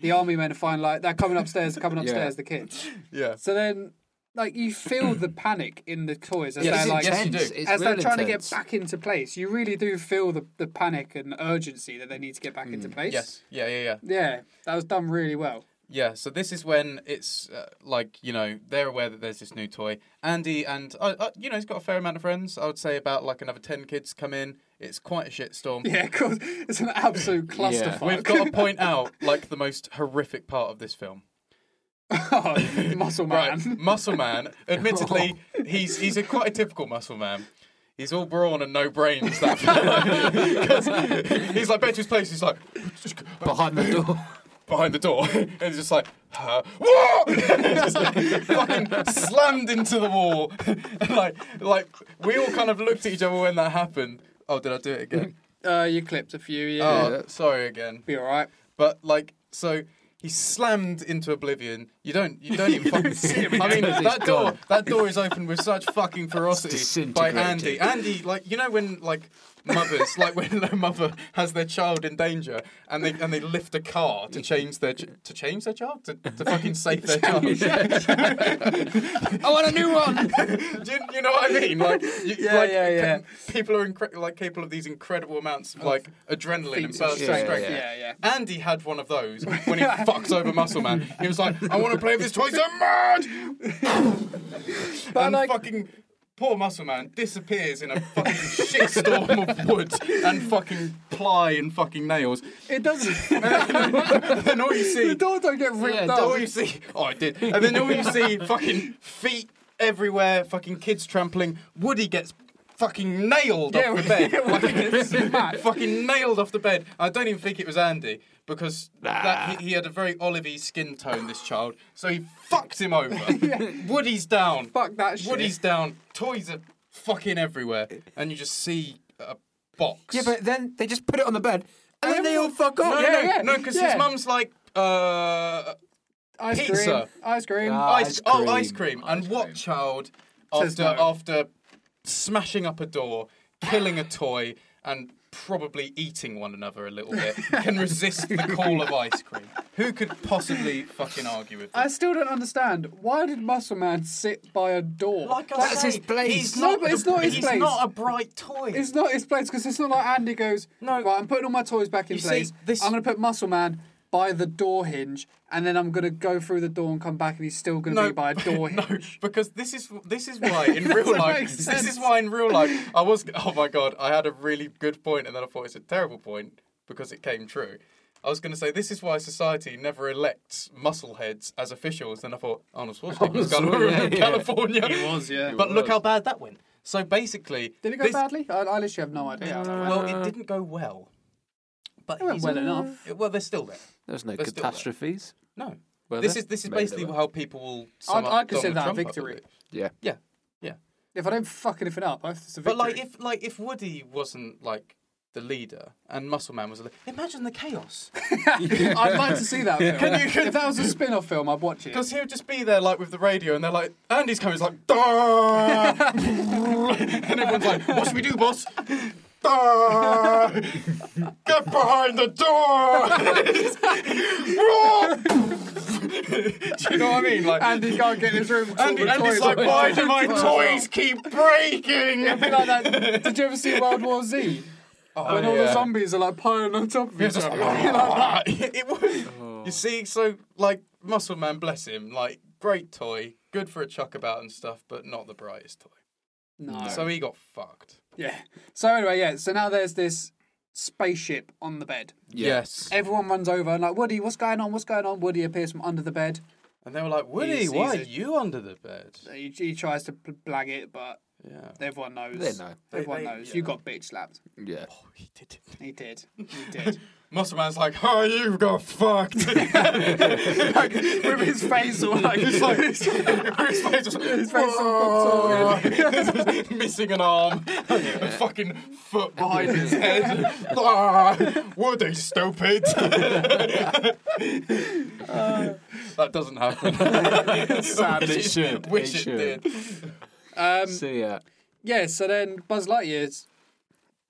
the army men are fine, like, they're coming upstairs, coming upstairs, the kids. Yeah. So then, like, you feel the panic in the toys as they're, like, intense. do. as they're trying to get back into place. You really do feel the, the panic and urgency that they need to get back into place. Mm, Yes. Yeah, yeah, yeah. Yeah, that was done really well. Yeah, so this is when it's uh, like, you know, they're aware that there's this new toy. Andy and, uh, uh, you know, he's got a fair amount of friends. I would say about like another 10 kids come in. It's quite a shitstorm. Yeah, of course. It's an absolute clusterfuck. We've got to point out like the most horrific part of this film. Oh, muscle man. Right, muscle man. Admittedly, he's he's a quite a typical muscle man. He's all brawn and no brains. That fella. 'Cause he's like Benji's place. He's like behind the door. behind the door, and he's just like, huh, "Whoa!" just like, fucking slammed into the wall. And like, like we all kind of looked at each other when that happened. Oh, did I do it again? Uh, you clipped a few, yeah. Oh, sorry again. Be alright. But like, so he slammed into oblivion. You don't, you don't even fucking see him. I mean, He's that door, gone. that door is open with such fucking ferocity by disintegrating. Andy. Andy, like, you know when like mothers, like when their mother has their child in danger, and they and they lift a car to change their ch- to change their child to, to fucking save their child. I want a new one. do, you, you know what I mean? Like, you, Yeah, like, yeah, yeah. c- People are incre- like capable of these incredible amounts of like adrenaline and Feats of bursts of strength. strength. Yeah, yeah. Andy had one of those when he fucked over Muscle Man. He was like, "I want to play with this toy so mad!" But and like, fucking poor Muscle Man disappears in a fucking shitstorm of wood and fucking ply and fucking nails. it doesn't. and all you see, the door don't get ripped Yeah, up. all you see, oh, I did. And then all you see, fucking feet everywhere, fucking kids trampling. Woody gets. Fucking nailed Yeah, off the bed. yeah, Woody Fucking- gets smacked. fucking nailed off the bed. I don't even think it was Andy because that, he, he had a very olivey skin tone. This child, so he fucked him over. Woody's down. Fuck that shit. Woody's down. Toys are fucking everywhere, and you just see a box. Yeah, but then they just put it on the bed, and then they all fuck no, off. Yeah, no, yeah, no, because yeah. his mum's like, uh, ice pizza. cream. Ice cream. Ah. ice, Ice oh, ice cream. cream. and what child Says after no. after smashing up a door, killing a toy, and probably eating one another a little bit can resist the call of ice cream? Who could possibly fucking argue with I this? still don't understand. Why did Muscle Man sit by a door? That's say, his place. he's No, not but the- it's not his he's place. not a bright toy. It's not his place because it's not like Andy goes, No. right, I'm putting all my toys back in You see, place. this- I'm going to put Muscle Man by the door hinge and then I'm going to go through the door and come back and he's still going to be by a door no, hinge. because this is this is why in real make life this sense. is why in real life I was oh my god I had a really good point and then I thought it's a terrible point because it came true. I was going to say this is why society never elects muscle heads as officials. Then I thought Arnold Schwarzenegger was governor Schwarzenegger, of yeah. California. He was, yeah. But He look was. how bad that went. So basically, Did it go this- badly? I, I literally have no idea. how that went. Well, it didn't go well. But It went he's- well enough. Well, they're still there. There's no They're still there. catastrophes. No. Were this there? is this is Maybe they basically were. how people will. sum I'd, up I'd consider Donald that a Trump, I victory. believe. Yeah. Yeah, yeah. If I don't fuck anything up, I it's a victory. But like if like if Woody wasn't like the leader and Muscle Man was the leader, imagine the chaos. I'd like to see that film. Can you- can- If that was a spin off film, I'd watch it. Because he would just be there like with the radio and they're like, Andy's coming, he's like, "Duh." and everyone's like, what should we do, boss? "Duh." Get behind the door! do you know what I mean? Like, Andy can't get in his room. 'cause all Andy, the Andy's toys like, are- why do my toys keep breaking? Be like that. Did you ever see World War Z? when all the Oh, yeah. zombies are like piling on top of each other. You're like, it would. You see, so like Muscle Man, bless him, like great toy, good for a chuck about and stuff, but not the brightest toy. no. So he got fucked. Yeah. So anyway, yeah. So now there's this spaceship on the bed. Yes. Everyone runs over and like, Woody, what's going on? What's going on? Woody appears from under the bed. And they were like, Woody, He's- why he's a- are you under the bed? He, he tries to pl- blag it, but Yeah. everyone knows. They know. Everyone They- they- knows. yeah. You got bitch slapped. Yeah. Oh, he did. it. He did. He did. Muscle Man's like, oh, you got fucked. like, with his face all like, He's like, his face was his face all popped off. missing an arm, a fucking foot behind his head. ah, were they stupid? that doesn't happen. Sadly, Wish Wish it, did. Um, So yeah, yeah. So then Buzz Lightyear's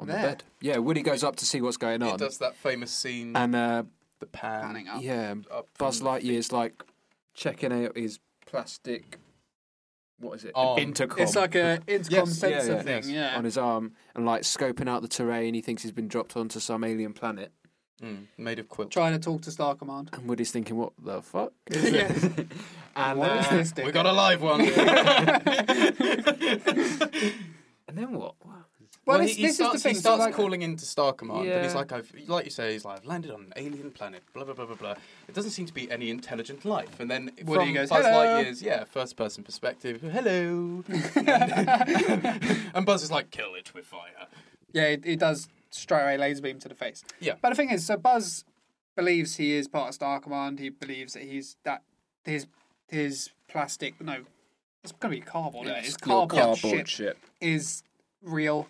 on There. the bed. Yeah, Woody goes up to see what's going on, It does that famous scene, and uh, the pan. panning up. yeah, up Buzz from the Lightyear's like checking out his plastic. What is it? An Arm. intercom. It's like a intercom Yes, sensor yeah, thing. yes. Yeah. on his arm and like scoping out the terrain. He thinks he's been dropped onto some alien planet. Mm, made of quilt. Trying to talk to Star Command. And Woody's thinking, what the fuck? yeah. And, What is uh, this? We dickhead? got a live one. and then what? Well, he, this, he this starts, is the thing. so, he starts like- calling into Star Command, but he's Yeah. like, I've, like you say, he's like, I've landed on an alien planet, blah, blah, blah, blah, blah. It doesn't seem to be any intelligent life. And then Woody from goes, Buzz "Hello." Lightyear's, yeah, first person perspective, hello. and Buzz is like, kill it with fire. Yeah, it, it does straight away laser beam to the face. Yeah. But the thing is, so Buzz believes he is part of Star Command. He believes that he's that his his plastic no, it's gonna be cardboard. isn't it? His cardboard, ship, is real.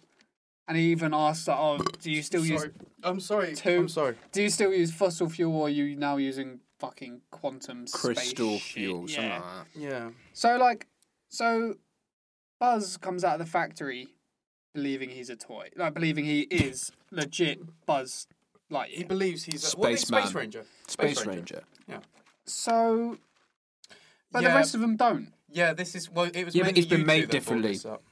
And he even asks, like, "Oh, do you still use Sorry. I'm sorry. Two. I'm sorry. do you still use fossil fuel, or are you now using fucking quantum space Crystal shit?" fuel, something Yeah. like Yeah. So like, so Buzz comes out of the factory believing he's a toy, like believing he is legit Buzz He Lightyear. believes he's a what is it? Spaceman. Space Ranger. Space, Ranger. Yeah. So, but yeah, the rest of them don't. yeah, this is well. It was. Yeah, but mainly it's been you two made that brought differently. this up.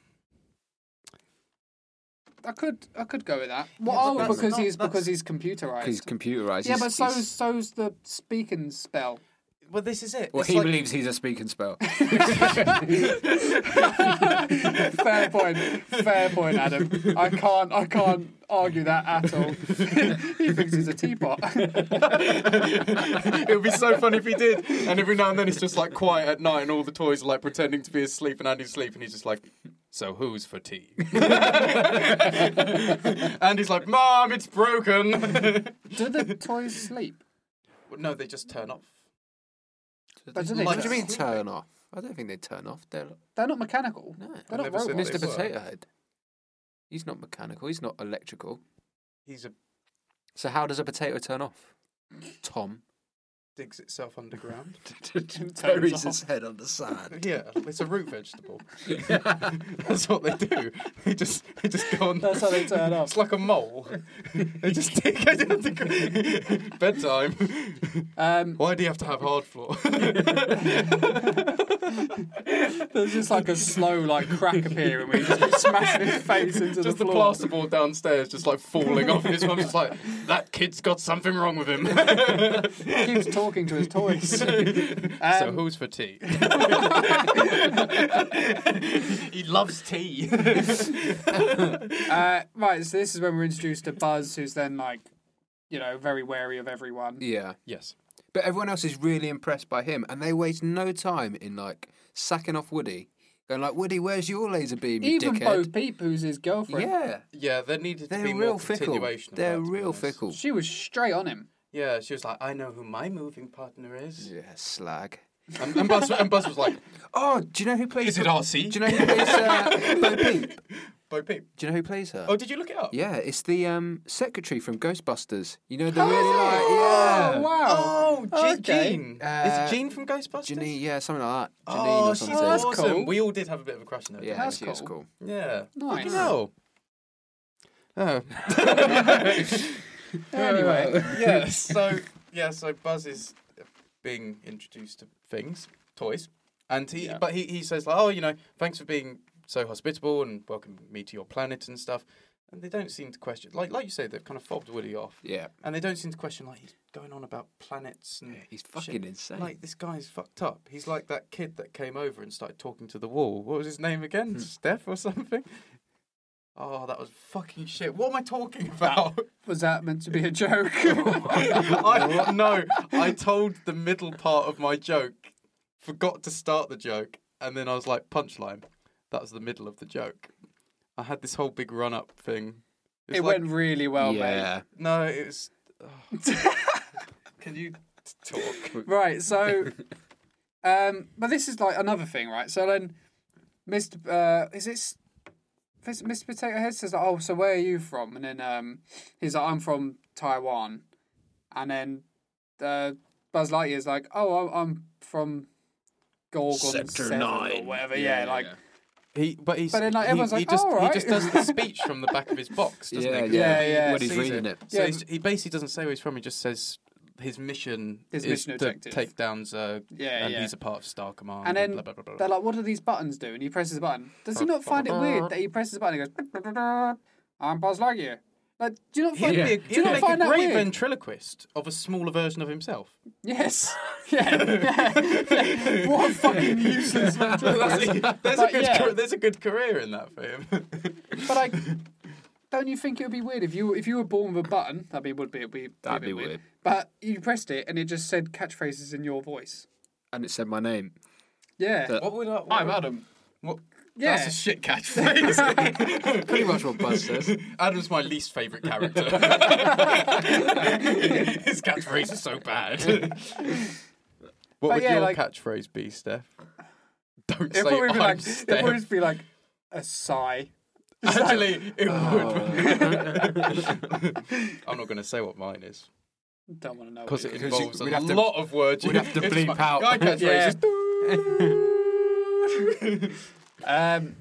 I could I could go with that. but Well, oh, that's because not- he's because that's- he's He's computerized. computerized. Yeah, He's- but so's he's- so's the speaking spell. Well, this is it. well, It's he like- believes he's a speaking spell. Fair point. Fair point, Adam. I can't I can't argue that at all. he thinks he's a teapot. it would be so funny if he did. And every now and then he's just like quiet at night, and all the toys are like pretending to be asleep, and Andy's asleep, and he's just like, "So who's for tea?" Andy's like, "Mom, it's broken." Do the toys sleep? Well, no, they just turn off. But do they what do you just- mean turn off? I don't think they turn off. They're They're not mechanical. no. They're not never said robots. Mr. They were. Potato Head. He's not mechanical. He's not electrical. He's a So how does a potato turn off? Tom digs itself underground. buries his head under sand. Yeah, it's a root vegetable. That's what they do. They just they just go on. That's how they turn up. It's like a mole. they just dig it out the gr- bedtime. Um, Why do you have to have hard floor? there's just like a slow like crack appearing where he just keeps smashing his face into just the the floor. plasterboard downstairs, just like falling off. His mum's just like, that kid's got something wrong with him. He keeps talking to his toys. so Um, who's for tea? he loves tea. uh, right, so this is when we're introduced to Buzz, who's then like, you know, very wary of everyone. Yeah. Yes. But everyone else is really impressed by him, and they waste no time in like sacking off Woody, going like, "Woody, where's your laser beam, you Even Bo dickhead?" Peep, who's his girlfriend, yeah, Yeah, there needed to they're be real more fickle. continuation. of that, They're to be real honest. fickle. she was straight on him. Yeah, she was like, I know who my moving partner is. Yeah, slag. And, and, Buzz, and Buzz was like, Oh, do you know who plays? Is it RC? Do you know who plays uh, Bo Peep? Bo Peep. Do you know who plays her? Oh, did you look it up? Yeah, it's the um, secretary from Ghostbusters. You know the really like yeah. Oh, wow. Oh, Je- Okay. Gene. Uh, is it Gene from Ghostbusters? Janine, yeah, something like that. Janine Oh, or she's something. that's awesome. cool. We all did have a bit of a crush on her. Yeah, That's she is cool. cool. Yeah. Nice. Fucking hell. Oh. Anyway, yeah. So yeah. So Buzz is being introduced to things, toys, and he. Yeah. But he, he says like, oh, you know, thanks for being so hospitable and welcome me to your planet and stuff. And they don't seem to question, like like you say, they've kind of fobbed Woody off, Yeah, and they don't seem to question like he's going on about planets and. he's fucking shit. insane. Like this guy's fucked up. He's like that kid that came over and started talking to the wall. What was his name Hmm. again? Steph or something? Oh, that was fucking shit. What am I talking about? was that meant to be a joke? I no, I told the middle part of my joke, forgot to start the joke, and then I was like punchline. That was the middle of the joke. I had this whole big run up thing. It's it like- went really well, yeah. No, it was. Can you t- talk? mate. Right, so, um, but this is like another thing, right? So then, Mr. Uh, is it this Mr. Potato Head says, "Oh, so where are you from?" And then um, he's like, "I'm from Taiwan," and then uh, Buzz Lightyear's like, "Oh, I'm, I'm from Gorgon Sector 7 or nine. whatever." Yeah, like He, but he's. But then, like, he- everyone's he, like, just, "All right." He just does the speech from the back of his box, doesn't Yeah, he? 'Cause yeah. he- Yeah, yeah. he When he's sees reading it. So Yeah. he's- he basically doesn't say where he's from. He just says his mission His is mission to objective. take down Zurg, Yeah, and yeah. he's a part of Star Command. And then blah, blah, blah, blah. they're like, "What do these buttons do?" And he presses a button. Does he not find it weird that he presses a button? and goes, "I'm Buzz Lightyear." Like, do you not find Yeah. it? Do He you would not make a find that great weird? ventriloquist of a smaller version of himself. Yes. Yeah. yeah, yeah. What a fucking useless That's- ventriloquist. there's, But a good, yeah. car- there's a good career in that for him. But like, don't you think it would be weird if you if you were born with a button? I mean, it would be. It'd be That'd a bit be weird. But you pressed it and it just said catchphrases in your voice. And it said my name. Yeah. That- what would I? What, I'm Adam. what- Yeah. That's a shit catchphrase. Pretty much what Buzz says. Adam's my least favourite character. His catchphrase is so bad. what But would yeah, your like- catchphrase be, Steph? Don't It'd say probably I'm be like. It'd Steph. probably just be like a sigh. Actually, it would. Oh. I'm not going to say what mine is Don't want to know. because what it it is. Because involves a we'd have to- lot of words. we'd have to It's bleep my- out. My catchphrase Yeah. is. Um,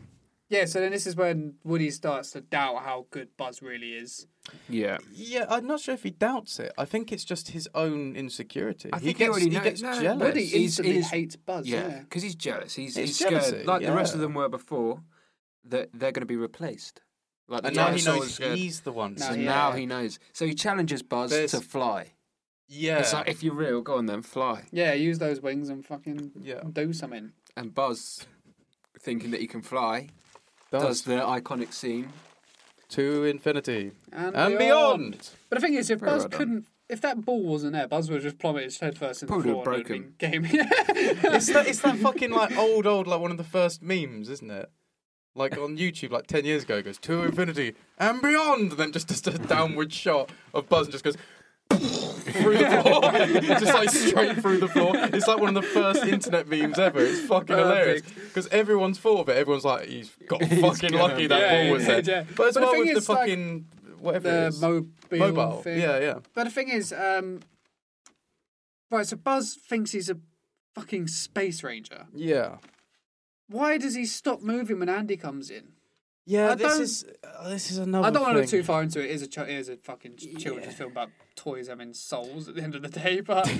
Yeah, so then this is when Woody starts to doubt how good Buzz really is. Yeah. Yeah, I'm not sure if he doubts it. I think it's just his own insecurity. I think he he gets, already knows- gets no, jealous. Woody Woody He's- instantly he's- hates Buzz. Yeah. Yeah. Because he's jealous. He's, It's he's scared, jealousy, like the rest of yeah. them were before, that they're going to be replaced. Like the and now he dinosaurs knows are- he's the one. So No, yeah. now he knows. So he challenges Buzz There's- to fly. yeah. It's like, if you're real, go on then, fly. Yeah, use those wings and fucking Yeah. do something. And Buzz, thinking that he can fly, Does. does the iconic scene. to infinity And, and beyond. But the thing is, if Very Buzz well done. couldn't, if that ball wasn't there, Buzz would have just plummeted head first in the Probably floor. would've and it would've been Game. it's that it's that fucking like old old like one of the first memes, isn't it? Like on YouTube, like ten years ago, it goes to infinity and beyond, and then just just a downward shot of Buzz and just goes through the floor, just like straight through the floor. It's like one of the first internet memes ever. It's fucking hilarious because everyone's full of it. Everyone's like, he's got fucking gonna- lucky that Yeah, ball was yeah, there. yeah. But But as the well thing with the is, like, fucking whatever it the is. mobile, mobile. thing. Yeah, yeah. But the thing is, um, right? So Buzz thinks he's a fucking space ranger. Yeah. Why does he stop moving when Andy comes in? Yeah, I this don't- is uh, this is another. I don't want to look thing. too far into it. It is a ch- it is a fucking ch- children's film about toys having souls at the end of the day, but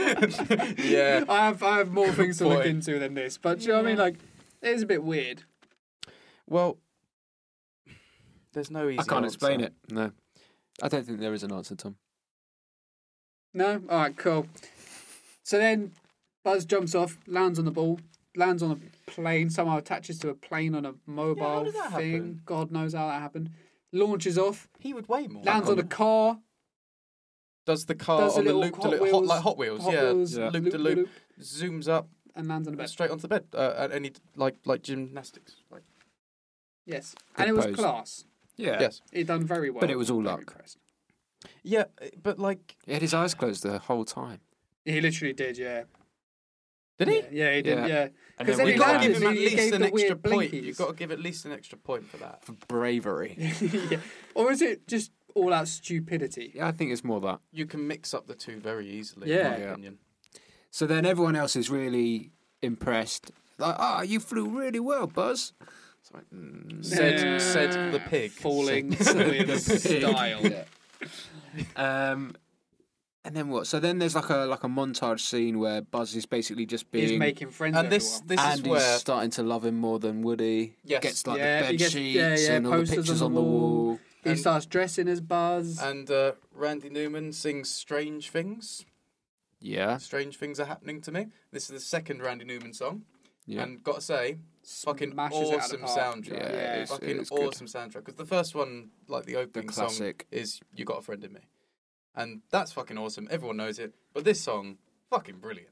Yeah. I have I have more things to look point. into than this. But do you know what I mean? Like, it is a bit weird. Well, there's no easy. I can't explain answer. it. No. I don't think there is an answer, Tom. No, all right, cool. So then Buzz jumps off, lands on the ball, lands on a plane. Somehow attaches to a plane on a mobile did that thing. happen? God knows how that happened. Launches off, He would weigh more. lands on a car. does the car does a on the little loop to Hot loop, hot, Wheels- like Hot Wheels, Hot yeah, Wheels, Yeah. loop to loop-de-loop. loop, zooms up and lands on a bed. straight onto the bed, uh, and any like like gymnastics. Like, Yes, Good and it was pose. class. Yeah. Yes. It done very well. But it was all Very luck. impressed. Yeah, uh, but like, He had his eyes closed the whole time. He literally did, yeah. did he? Yeah, yeah, he did, Yeah. yeah. And 'Cause then then he we You've got to landed give him at he- he least gave an the extra weird point. blinkies. You've got to give at least an extra point for that. For bravery. yeah. Or is it just all out stupidity? Yeah, I think it's more that. You can mix up the two very easily. Yeah. in my Yeah. opinion. So then everyone else is really impressed. Like, ah, you flew really well, Buzz. It's like, mm. Said said the pig. Falling with style. Um, and then what? So then there's like a like a montage scene where Buzz is basically just being He's making friends And with this everyone. this and is he's where starting to love him more than Woody. Yes. Gets like Yeah, the he bed gets- sheets yeah, yeah, and all the posters on pictures the on the wall. wall. He and- starts dressing as Buzz. and uh, Randy Newman sings "Strange Things." Yeah. Strange things are happening to me. This is the second Randy Newman song, Yeah. and gotta say, fucking Smashes it out of awesome the park. soundtrack. Yeah, it is- fucking it is good. awesome soundtrack. Because the first one, like the opening song, classic. is "You Got a Friend in Me," and that's fucking awesome. Everyone knows it, but this song, fucking brilliant.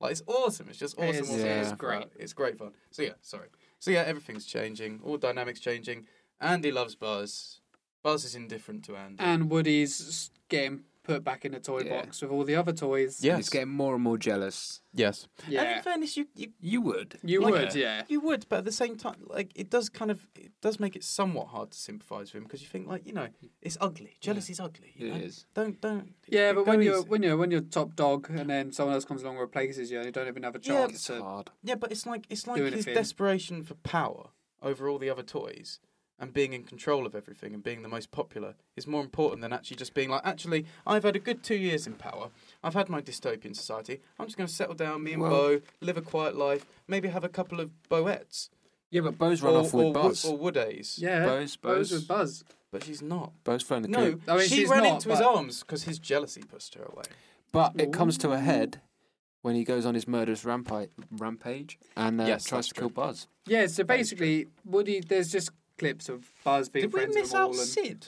Like it's awesome. It's just awesome. It is- awesome, it is awesome. great. It's great fun. So yeah, sorry. So yeah, everything's changing. All dynamics changing. Andy loves Buzz. Buzz is indifferent to Andy. And Woody's getting put back in a toy Yeah. box with all the other toys. yes. He's getting more and more jealous. yes. And Yeah. in fairness, you, you You would. You Like would, a- yeah. You would, but at the same time, like it does kind of it does make it somewhat hard to sympathise with him because you think like you know it's ugly. Jealousy's ugly. You It know? is. Don't don't. Yeah, but go when you're easy. when you're when you're top dog, and then someone else comes along and replaces you, and you don't even have a Yeah, chance It's to. hard. yeah, but it's like it's like doing a his thing. desperation for power over all the other toys and being in control of everything and being the most popular is more important than actually just being like actually I've had a good two years in power. I've had my dystopian society. I'm just going to settle down, me and Well- Bo, live a quiet life, maybe have a couple of boettes Yeah, but Bo's or, run off with or, Buzz. Wood, or wood A's. Yeah, Buzz, Buzz Buzz. with Buzz. But she's not. Bo's thrown the No, coop. I mean, she she's ran not, into his but- arms because his jealousy pushed her away. But it comes to a head when he goes on his murderous rampi- rampage and uh, Yes, tries that's to kill true. Buzz. Yeah, so basically, Woody, there's just clips of Buzz being Did we friends with miss them all. out and... Sid?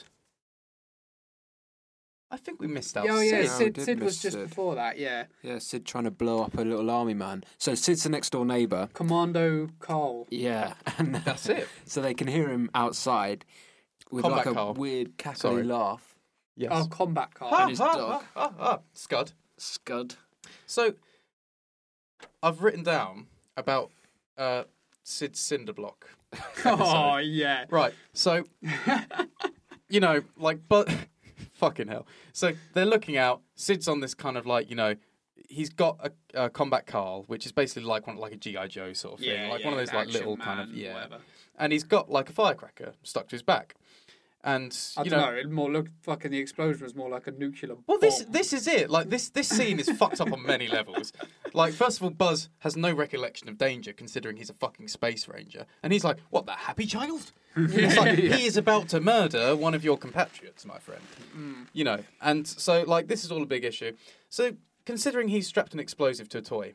I think we missed out. Yeah, oh, yeah, No, Sid. we Sid, did Sid was miss just Sid. before that, yeah. Yeah, Sid trying to blow up a little army man. So Sid's the next door neighbour. Commando Carl. Yeah, and uh, That's it. so they can hear him outside with Combat like a Carl. weird cackly Sorry. laugh. Yes. Oh, Combat Carl. and his dog. ah, ah, Scud. Scud. So, I've written down about uh, Sid's cinder block. oh, yeah. Right. So, you know, like, but fucking hell. So they're looking out. Sid's on this kind of like, you know, he's got a, a combat Carl, which is basically like one like a GI Joe sort of thing, like one of those like Action little kind of Man, yeah. whatever. And he's got like a firecracker stuck to his back, and I you don't know. It more looked fucking the explosion was more like a nuclear bomb. Well, this this is it. Like this this scene is fucked up on many levels. Like first of all, Buzz has no recollection of danger, considering he's a fucking space ranger, and he's like, "What the happy child?" It's like he is about to murder one of your compatriots, my friend. You know, and so like this is all a big issue. So considering he's strapped an explosive to a toy,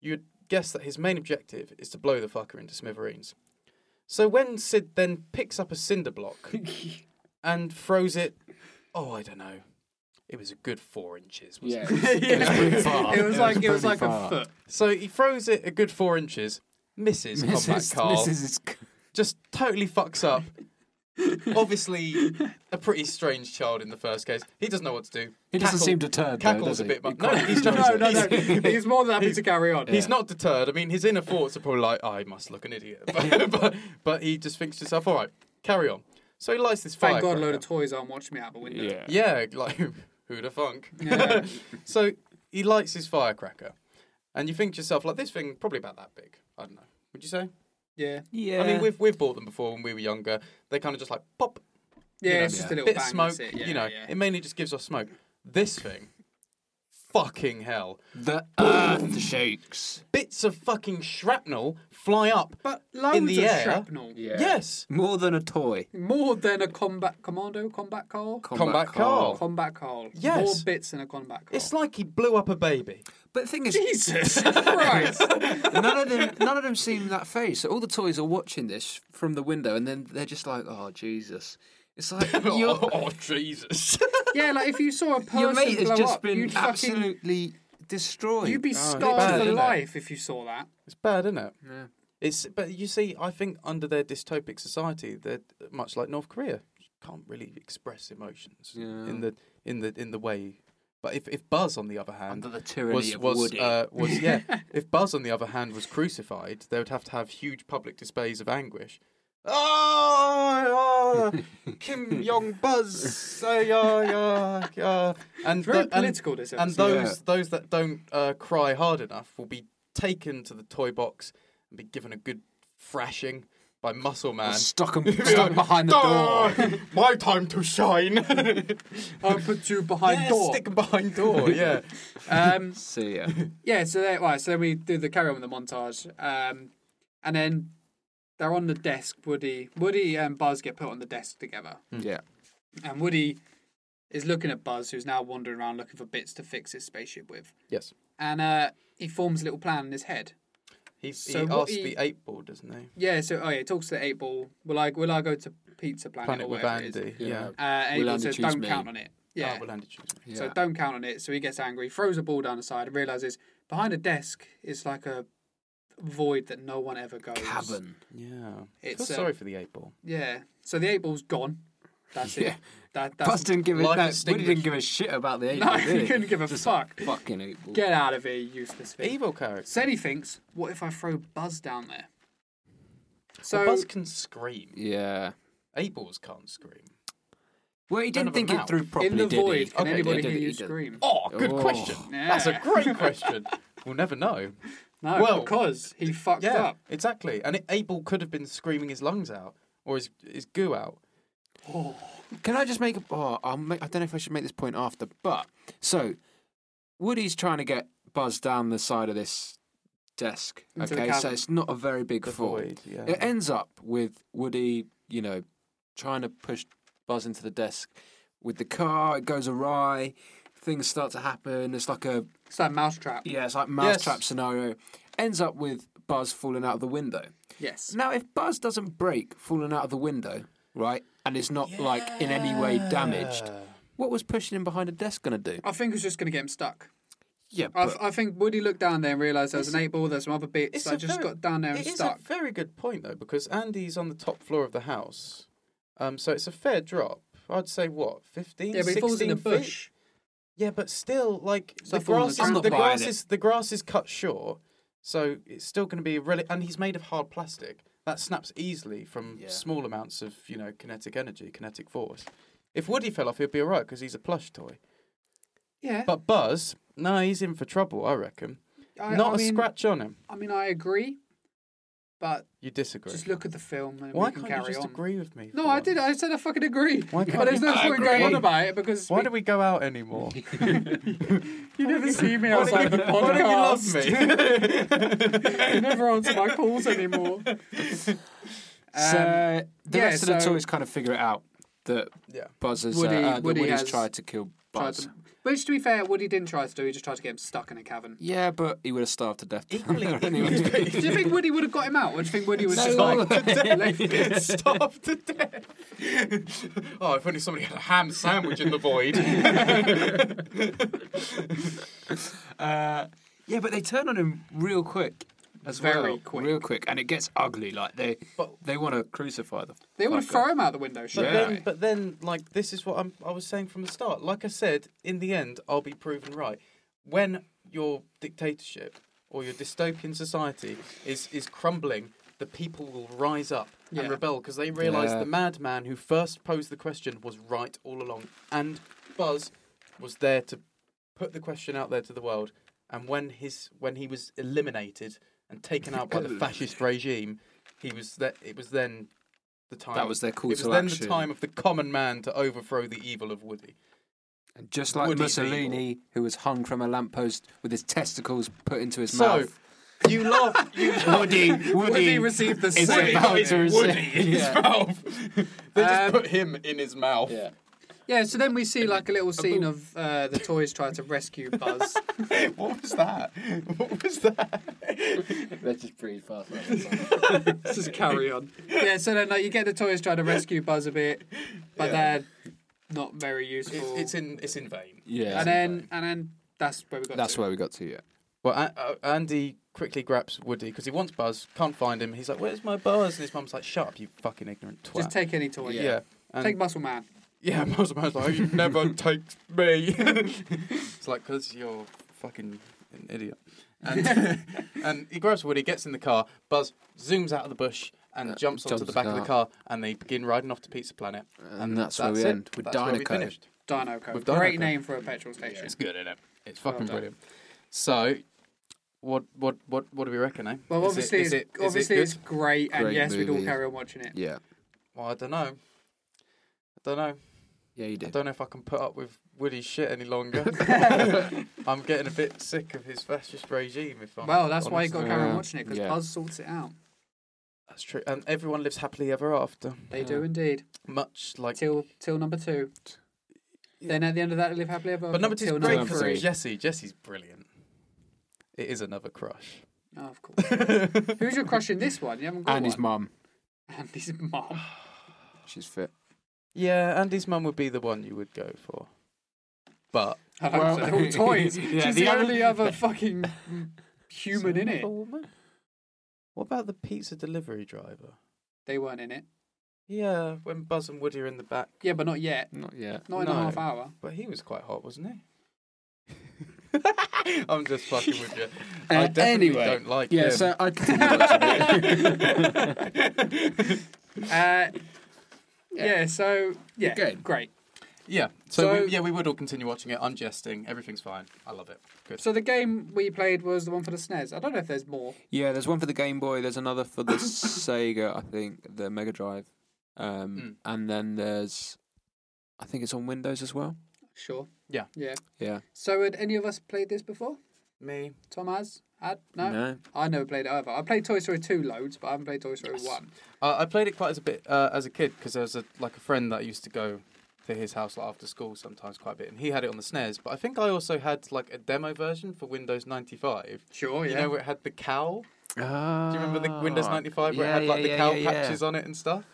you'd guess that his main objective is to blow the fucker into smithereens. So when Sid then picks up a cinder block and throws it, oh, I don't know. It was a good four inches. Wasn't Yeah, it it? was, it was pretty far. it was like it was pretty like a far. foot. So he throws it a good four inches, misses, combat Mrs. Carl, Mrs. is- just totally fucks up. Obviously, a pretty strange child in the first case. He doesn't know what to do. He doesn't Cackle- seem deterred. though, Cackle's does a he? bit much. He No, quite he's enjoys No, not. it. no, no. He's more than happy to carry on. He's not deterred. I mean, his inner thoughts are probably like, I must look an idiot. But, but, but he just thinks to himself, all right, carry on. So he lights this fire. Thank God, a load of toys aren't watching me out the window. Yeah. Yeah, like who the funk? Yeah. so he lights his firecracker, and you think to yourself, like this thing probably about that big. I don't know. Would you say? yeah, Yeah. I mean, we've we've bought them before when we were younger. They kind of just like pop, yeah. know, it's just a yeah. little bit of bang, smoke. that's it, yeah, you know, yeah. it mainly just gives off smoke. This thing, fucking hell, the earth shakes. bits of fucking shrapnel fly up. but loads in the of air. shrapnel. Yes, More than a toy. More than a combat commando, combat car, Combat Carl. combat car. Yes. More bits than a combat car. it's like he blew up a baby. But the thing is, Jesus Christ. none of them, none of them seem that phased. So all the toys are watching this from the window, and then they're just like, "Oh Jesus!" It's like your Oh, oh, Jesus! yeah, like if you saw a person your mate blow has just up, been you'd fucking absolutely destroyed. you'd be scarred Oh, bad, for isn't it? life if you saw that. It's bad, isn't it? Yeah. It's but you see, I think under their dystopic society, they're uh, much like North Korea, can't really express emotions Yeah. in the in the in the way. But if, if Buzz, on the other hand, Under the tyranny was of was Woody. uh, was yeah, if Buzz, on the other hand, was crucified, they would have to have huge public displays of anguish. Oh, oh, Kim Jong Buzz, oh, yeah, yeah, yeah. and Very the- and- political this and episode. those Yeah. those that don't uh, cry hard enough will be taken to the toy box and be given a good thrashing by Muscle Man. stuck, 'em- stuck behind the door. Ah, My time to shine. I'll put you behind Yeah, door. Stick behind door. Yeah. Um, See ya. yeah, so they, right, so then we do the carry on with the montage, um, and then they're on the desk. Woody, Woody, and Buzz get put on the desk together, Mm. yeah. and Woody is looking at Buzz, who's now wandering around looking for bits to fix his spaceship with, yes. and uh, he forms a little plan in his head. He, So he what asked he- the eight ball, doesn't he? Yeah, so oh yeah, he talks to the eight ball. Will I will I go to Pizza Planet, Planet or with whatever it is? Andy. Yeah. Uh, and Will he Andy says, choose "Don't me?" count on it." Yeah, Oh, well, Andy chooses me. So don't count on it. So he gets angry, throws a ball down the side, and realizes behind a desk is like a void that no one ever goes. Cabin. Yeah. It's, Feel uh, sorry for the eight ball. Yeah. So the eight ball's gone. That's Yeah. it. That, that's Buzz didn't give a, Life no, Woody extinguished. didn't give a shit about the eight no, ball, did he couldn't give a fuck. Fucking eight ball. Get out of here, you useless thing. Evil character. So then he thinks, what if I throw Buzz down there? So Well, Buzz can scream. Yeah. Eight balls can't scream. Well, he Don't didn't have a think it mouth. through properly, in the did void, he? can Okay, anybody did hear it, you he did. scream? Oh, good Oh. question. That's a Yeah. great question. we'll never know. no, well- because he fucked Yeah, up. exactly. And it, Abel could have been screaming his lungs out or his, his goo out. Can I just make a? Oh, I'll make, I don't know if I should make this point after, but so Woody's trying to get Buzz down the side of this desk. Into the okay, so cavern. it's not a very big The void. void, yeah. It ends up with Woody, you know, trying to push Buzz into the desk with the car. It goes awry. Things start to happen. It's like a It's like mousetrap. yeah, it's like mousetrap scenario. Ends up with Buzz falling out of the window. Yes. Now, if Buzz doesn't break falling out of the window, right, and it's not like in any way damaged, what was pushing him behind a desk going to do? I think it's just going to get him stuck. Yeah, I, but I think Woody looked down there and realised there was an eight ball, there's some other bits It's that a just very- got down there and It is stuck. a very good point, though, because Andy's on the top floor of the house. Um, so it's a fair drop. I'd say, what, 15, Yeah, but he falls in a 16 feet? bush. Yeah, but still, like, So the I fall on the grass, ground. is, I'm not the, buying grass it. is, the grass is cut short, so it's still going to be really... And he's made of hard plastic. That snaps easily from Yeah. small amounts of, you know, kinetic energy, kinetic force. If Woody fell off, he'd be all right, because he's a plush toy. Yeah. But Buzz, No, he's in for trouble, I reckon. I, Not I a mean, scratch on him. I mean, I agree, but You disagree. just look at the film and Why we can can't you carry just on. agree with me? No, for I once? did. I said I fucking agree. Why can't but there's you no just point agree? going on about it because Why do we go out anymore? you never see me Why outside don't the you- why don't you love podcast. You never answer my calls anymore. Um, so the yeah, rest of the so- toys kind of figure it out that Yeah. Buzz has, Woody- uh, uh, that Woody Woody's has tried to kill tried Buzz. to- which, to be fair, Woody didn't try to do. He just tried to get him stuck in a cavern. Yeah, but he would have starved to death. Equally- Anyway. Do you think Woody would have got him out, or do you think Woody was No, just all like of left it? me? Starved to death. oh, if only somebody had a ham sandwich in the void. Uh, yeah, but they turn on him real quick. As Very well. quick. real quick, and it gets ugly. Like they, But- they want to crucify the. They would fucker. have thrown him out the window. But Sure. Yeah. then, but then, like this is what I'm, I was saying from the start. Like I said, in the end, I'll be proven right. When your dictatorship or your dystopian society is is crumbling, the people will rise up Yeah. and rebel because they realise Yeah. the madman who first posed the question was right all along, and Buzz was there to put the question out there to the world. And when his when he was eliminated and taken out by the fascist regime, he was that it was then the time That was their call it was to then action. the time of the common man to overthrow the evil of Woody. And just like Woody's Mussolini, who was hung from a lamppost with his testicles put into his So mouth. you laugh. You Woody, Woody, Woody received the is same. about to receive. Yeah. mouth. They just Um, put him in his mouth. Yeah. Yeah, so then we see like a little scene of uh, the toys trying to rescue Buzz. What was that? What was that? Let's just breathe fast. Just carry on. Yeah, so then like you get the toys trying to rescue Buzz a bit, but Yeah. they're not very useful. It's, it's in it's in vain. yeah. and then and then that's where we got. that's to. where we got to. Yeah. Well, A- uh, Andy quickly grabs Woody because he wants Buzz. Can't find him. He's like, "Where's my Buzz?" And his mum's like, "Shut up, you fucking ignorant twat." Just take any toy. yeah. Yeah. And- Take Muscle Man. Yeah, Muscle Man's like, you never take me. it's like, because you're fucking an idiot. And, and he grabs Woody, gets in the car, Buzz zooms out of the bush and Uh, jumps onto jumps the back of the car, and they begin riding off to Pizza Planet. And, that's, where we it. end with That's where we Dynaco. finished. Dino Co. With Dino Great Co. name for a petrol Yeah, station. it's good, isn't it? It's fucking done. brilliant. So, what, what, what, what do we reckon, eh? Well, Is it- obviously, is it- it's, is it obviously good? it's great, and Great yes, we'd all movie. carry on watching it. Yeah. Well, I don't know. I don't know. Yeah, you I did. don't know if I can put up with Woody's shit any longer. I'm getting a bit sick of his fascist regime. If I'm Well, that's why you honest. got to carry on Yeah. watching it because Yeah. Buzz sorts it out. That's true, and everyone lives happily ever after, They do indeed. much like. Till till number two. Then at the end of that, live happily ever. But number two's Till great number because three. of Jesse. Jesse's brilliant. It is another crush. Oh, of course. Who's your crush in this one? You haven't got And his one. mum. Andy's mom. She's fit. Yeah, Andy's mum would be the one you would go for, but I hope Well- so. They're all toys. Yeah, She's the the, other- only other fucking human in it. Woman? What about the pizza delivery driver? They weren't in it. Yeah, when Buzz and Woody are in the back, Yeah, but not yet. Not yet. Not in a No. half hour. but he was quite hot, wasn't he? I'm just fucking with you. I Uh, definitely anyway. don't like Yeah, him. so I continue watching it. Uh, yeah, so, yeah, Good. great. Yeah. So, So- we, yeah, we would all continue watching it. I'm jesting. Everything's fine. I love it. Good. So the game we played was the one for the SNES. I don't know if there's more. Yeah, there's one for the Game Boy. There's another for the Sega, I think, the Mega Drive, um, and then there's, I think it's on Windows as well. Sure. Yeah. Yeah. Yeah. So had any of us played this before? Me. Tom has? Had? No? I never played it either. I played Toy Story 2 loads, but I haven't played Toy Story 1. Uh, I played it quite as a bit uh, as a kid because there was a, like a friend that I used to go to his house like, after school sometimes quite a bit, and he had it on the snares. But I think I also had like a demo version for Windows 95. Sure, You yeah. know where it had the cow? Oh, Ah. Do you remember the Windows 95 where it yeah, had like yeah, the yeah, cow yeah, yeah. patches on it and stuff?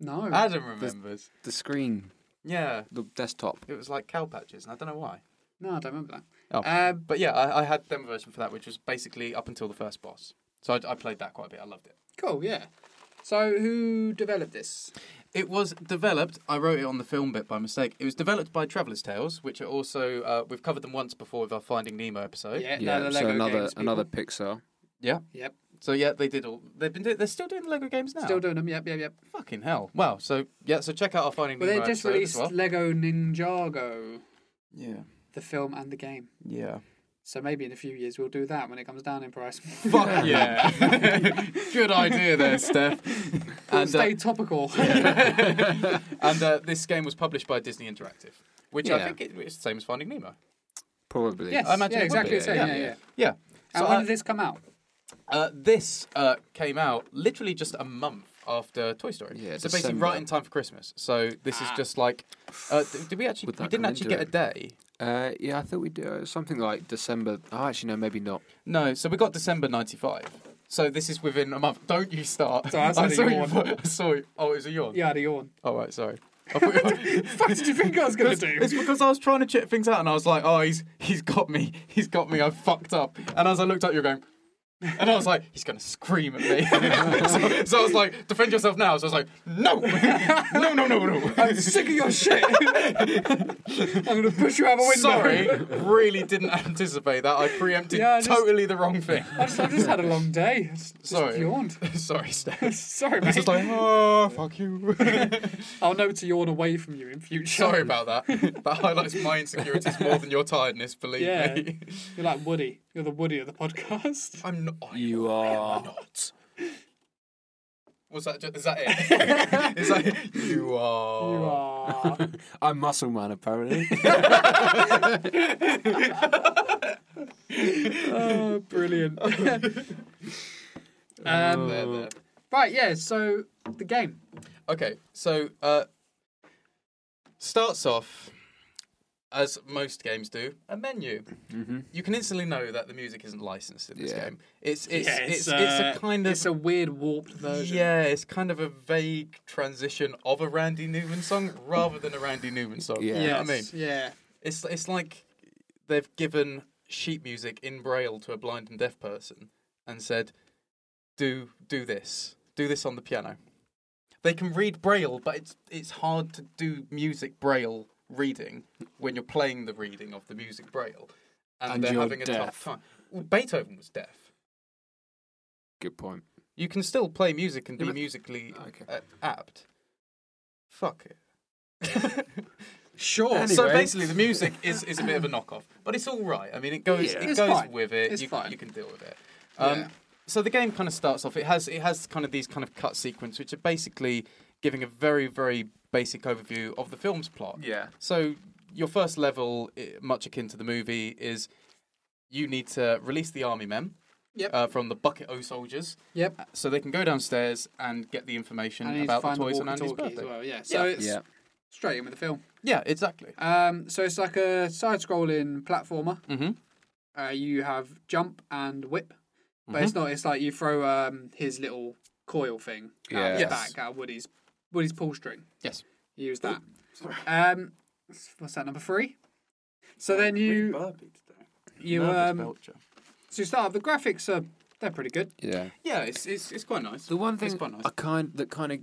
no. Adam remembers. The screen, Yeah, the desktop. it was like cow patches, and I don't know why. No, I don't remember Oh. that. Um, But yeah, I, I had demo version for that, which was basically up until the first boss. So I, I played that quite a bit. I loved it. cool, yeah. So who developed this? It was developed. I wrote it on the film bit by mistake. It was developed by Traveller's Tales, which are also uh, we've covered them once before with our Finding Nemo episode. Yeah, Yeah, no, the so Lego another games people. another Pixar. Yeah. Yep. So yeah, they did all. They've been. Do- they're still doing the Lego games now. Still doing them. Yep, yep, yep. Fucking hell! Wow. So yeah. So check out our Finding Well, Nemo they just episode released as well. Lego Ninjago yeah. the film and the game. Yeah. So maybe in a few years we'll do that when it comes down in price. Fuck yeah. Good idea there, Steph. and And, uh, stay topical. and uh, this game was published by Disney Interactive, which I Yeah. think it, it's the same as Finding Nemo. Probably. yes, I imagine yeah, it would exactly be, the same. yeah, Yeah, yeah. Yeah. And So when I- did this come out? Uh, this uh, came out literally just a month after Toy Story. Yeah, so basically December. right in time for Christmas. So this Ah. is just like, uh, d- did we actually? Would that We didn't come actually into get a day. Uh, yeah, I thought we'd do uh, something like December. Oh, actually, no, maybe not. No, so we got December '95. So this is within a month. Don't you start? Sorry, I said a saw you. yawn. I saw you. Oh, it was a yawn. Yeah, I had a yawn. All right, sorry. I thought- What did you think I was going It's, to it's do? because I was trying to check things out, and I was like, "Oh, he's he's got me, he's got me, I fucked up." And as I looked up, you're going, and I was like, "He's gonna scream at me." so, so I was like, "Defend yourself now." So I was like, "No, no, no, no, no." I'm sick of your shit. I'm going to push you out the window. Sorry, really didn't anticipate that. I preempted Yeah, I just- totally the wrong thing. I just, I've just had a long day. I Just, just Sorry. yawned. Sorry, Steph. Sorry, It's just mate. like, oh, fuck you. I'll know to yawn away from you in future. Sorry about that. That highlights my insecurities more than your tiredness, believe Yeah. me. You're like Woody. You're the Woody of the podcast. I'm not. I You are. not. Was that just, is that it? is that it? You are. You are. I'm muscle man, apparently. oh, brilliant. um, There, there. right, yeah, so the game. Okay, so uh, starts off as most games do a menu. You can instantly know that the music isn't licensed in this Mm-hmm. Yeah. game. It's it's Yeah, it's, it's, uh, a kind of It's a weird warped version. yeah, it's kind of a vague transition of a Randy Newman song rather than a Randy Newman song. Yeah. You know Yes, what I mean, yeah. It's it's like they've given sheet music in braille to a blind and deaf person and said, "Do do this, do this on the piano." They can read braille, but it's it's hard to do music braille reading when you're playing the reading of the music braille, and, And they're you're having a deaf. tough time. Well, Beethoven was deaf. Good point. You can still play music and Yeah, be but- musically Okay. uh, apt. Fuck it. Sure. So Anyway. basically, the music is, is a bit of a knockoff, but it's all right. I mean, it goes Yeah. it It's goes fine. with it. It's you, fine. you can deal with it. Um, Yeah. So the game kind of starts off. It has it has kind of these kind of cut sequence, which are basically giving a very very basic overview of the film's plot. Yeah. So your first level, i- much akin to the movie, is you need to release the army men Yep. uh, from the bucket o soldiers, yep. so they can go downstairs and get the information And you need to about the find the toys on Andy's walkie-talkie birthday. as well, yeah. So Yeah. it's Yeah. straight in with the film. Yeah, exactly. Um, so it's like a side-scrolling platformer. Mm-hmm. Uh, you have jump and whip, but it's not. It's like you throw um, his little coil thing out of his Yes. back out of Woody's Woody's pull string. Yes. You use that. Um, what's that number three? So then you you um so you start. The graphics are they're pretty good. Yeah. Yeah, it's, it's it's quite nice. The one It's thing quite nice. I kind that kind of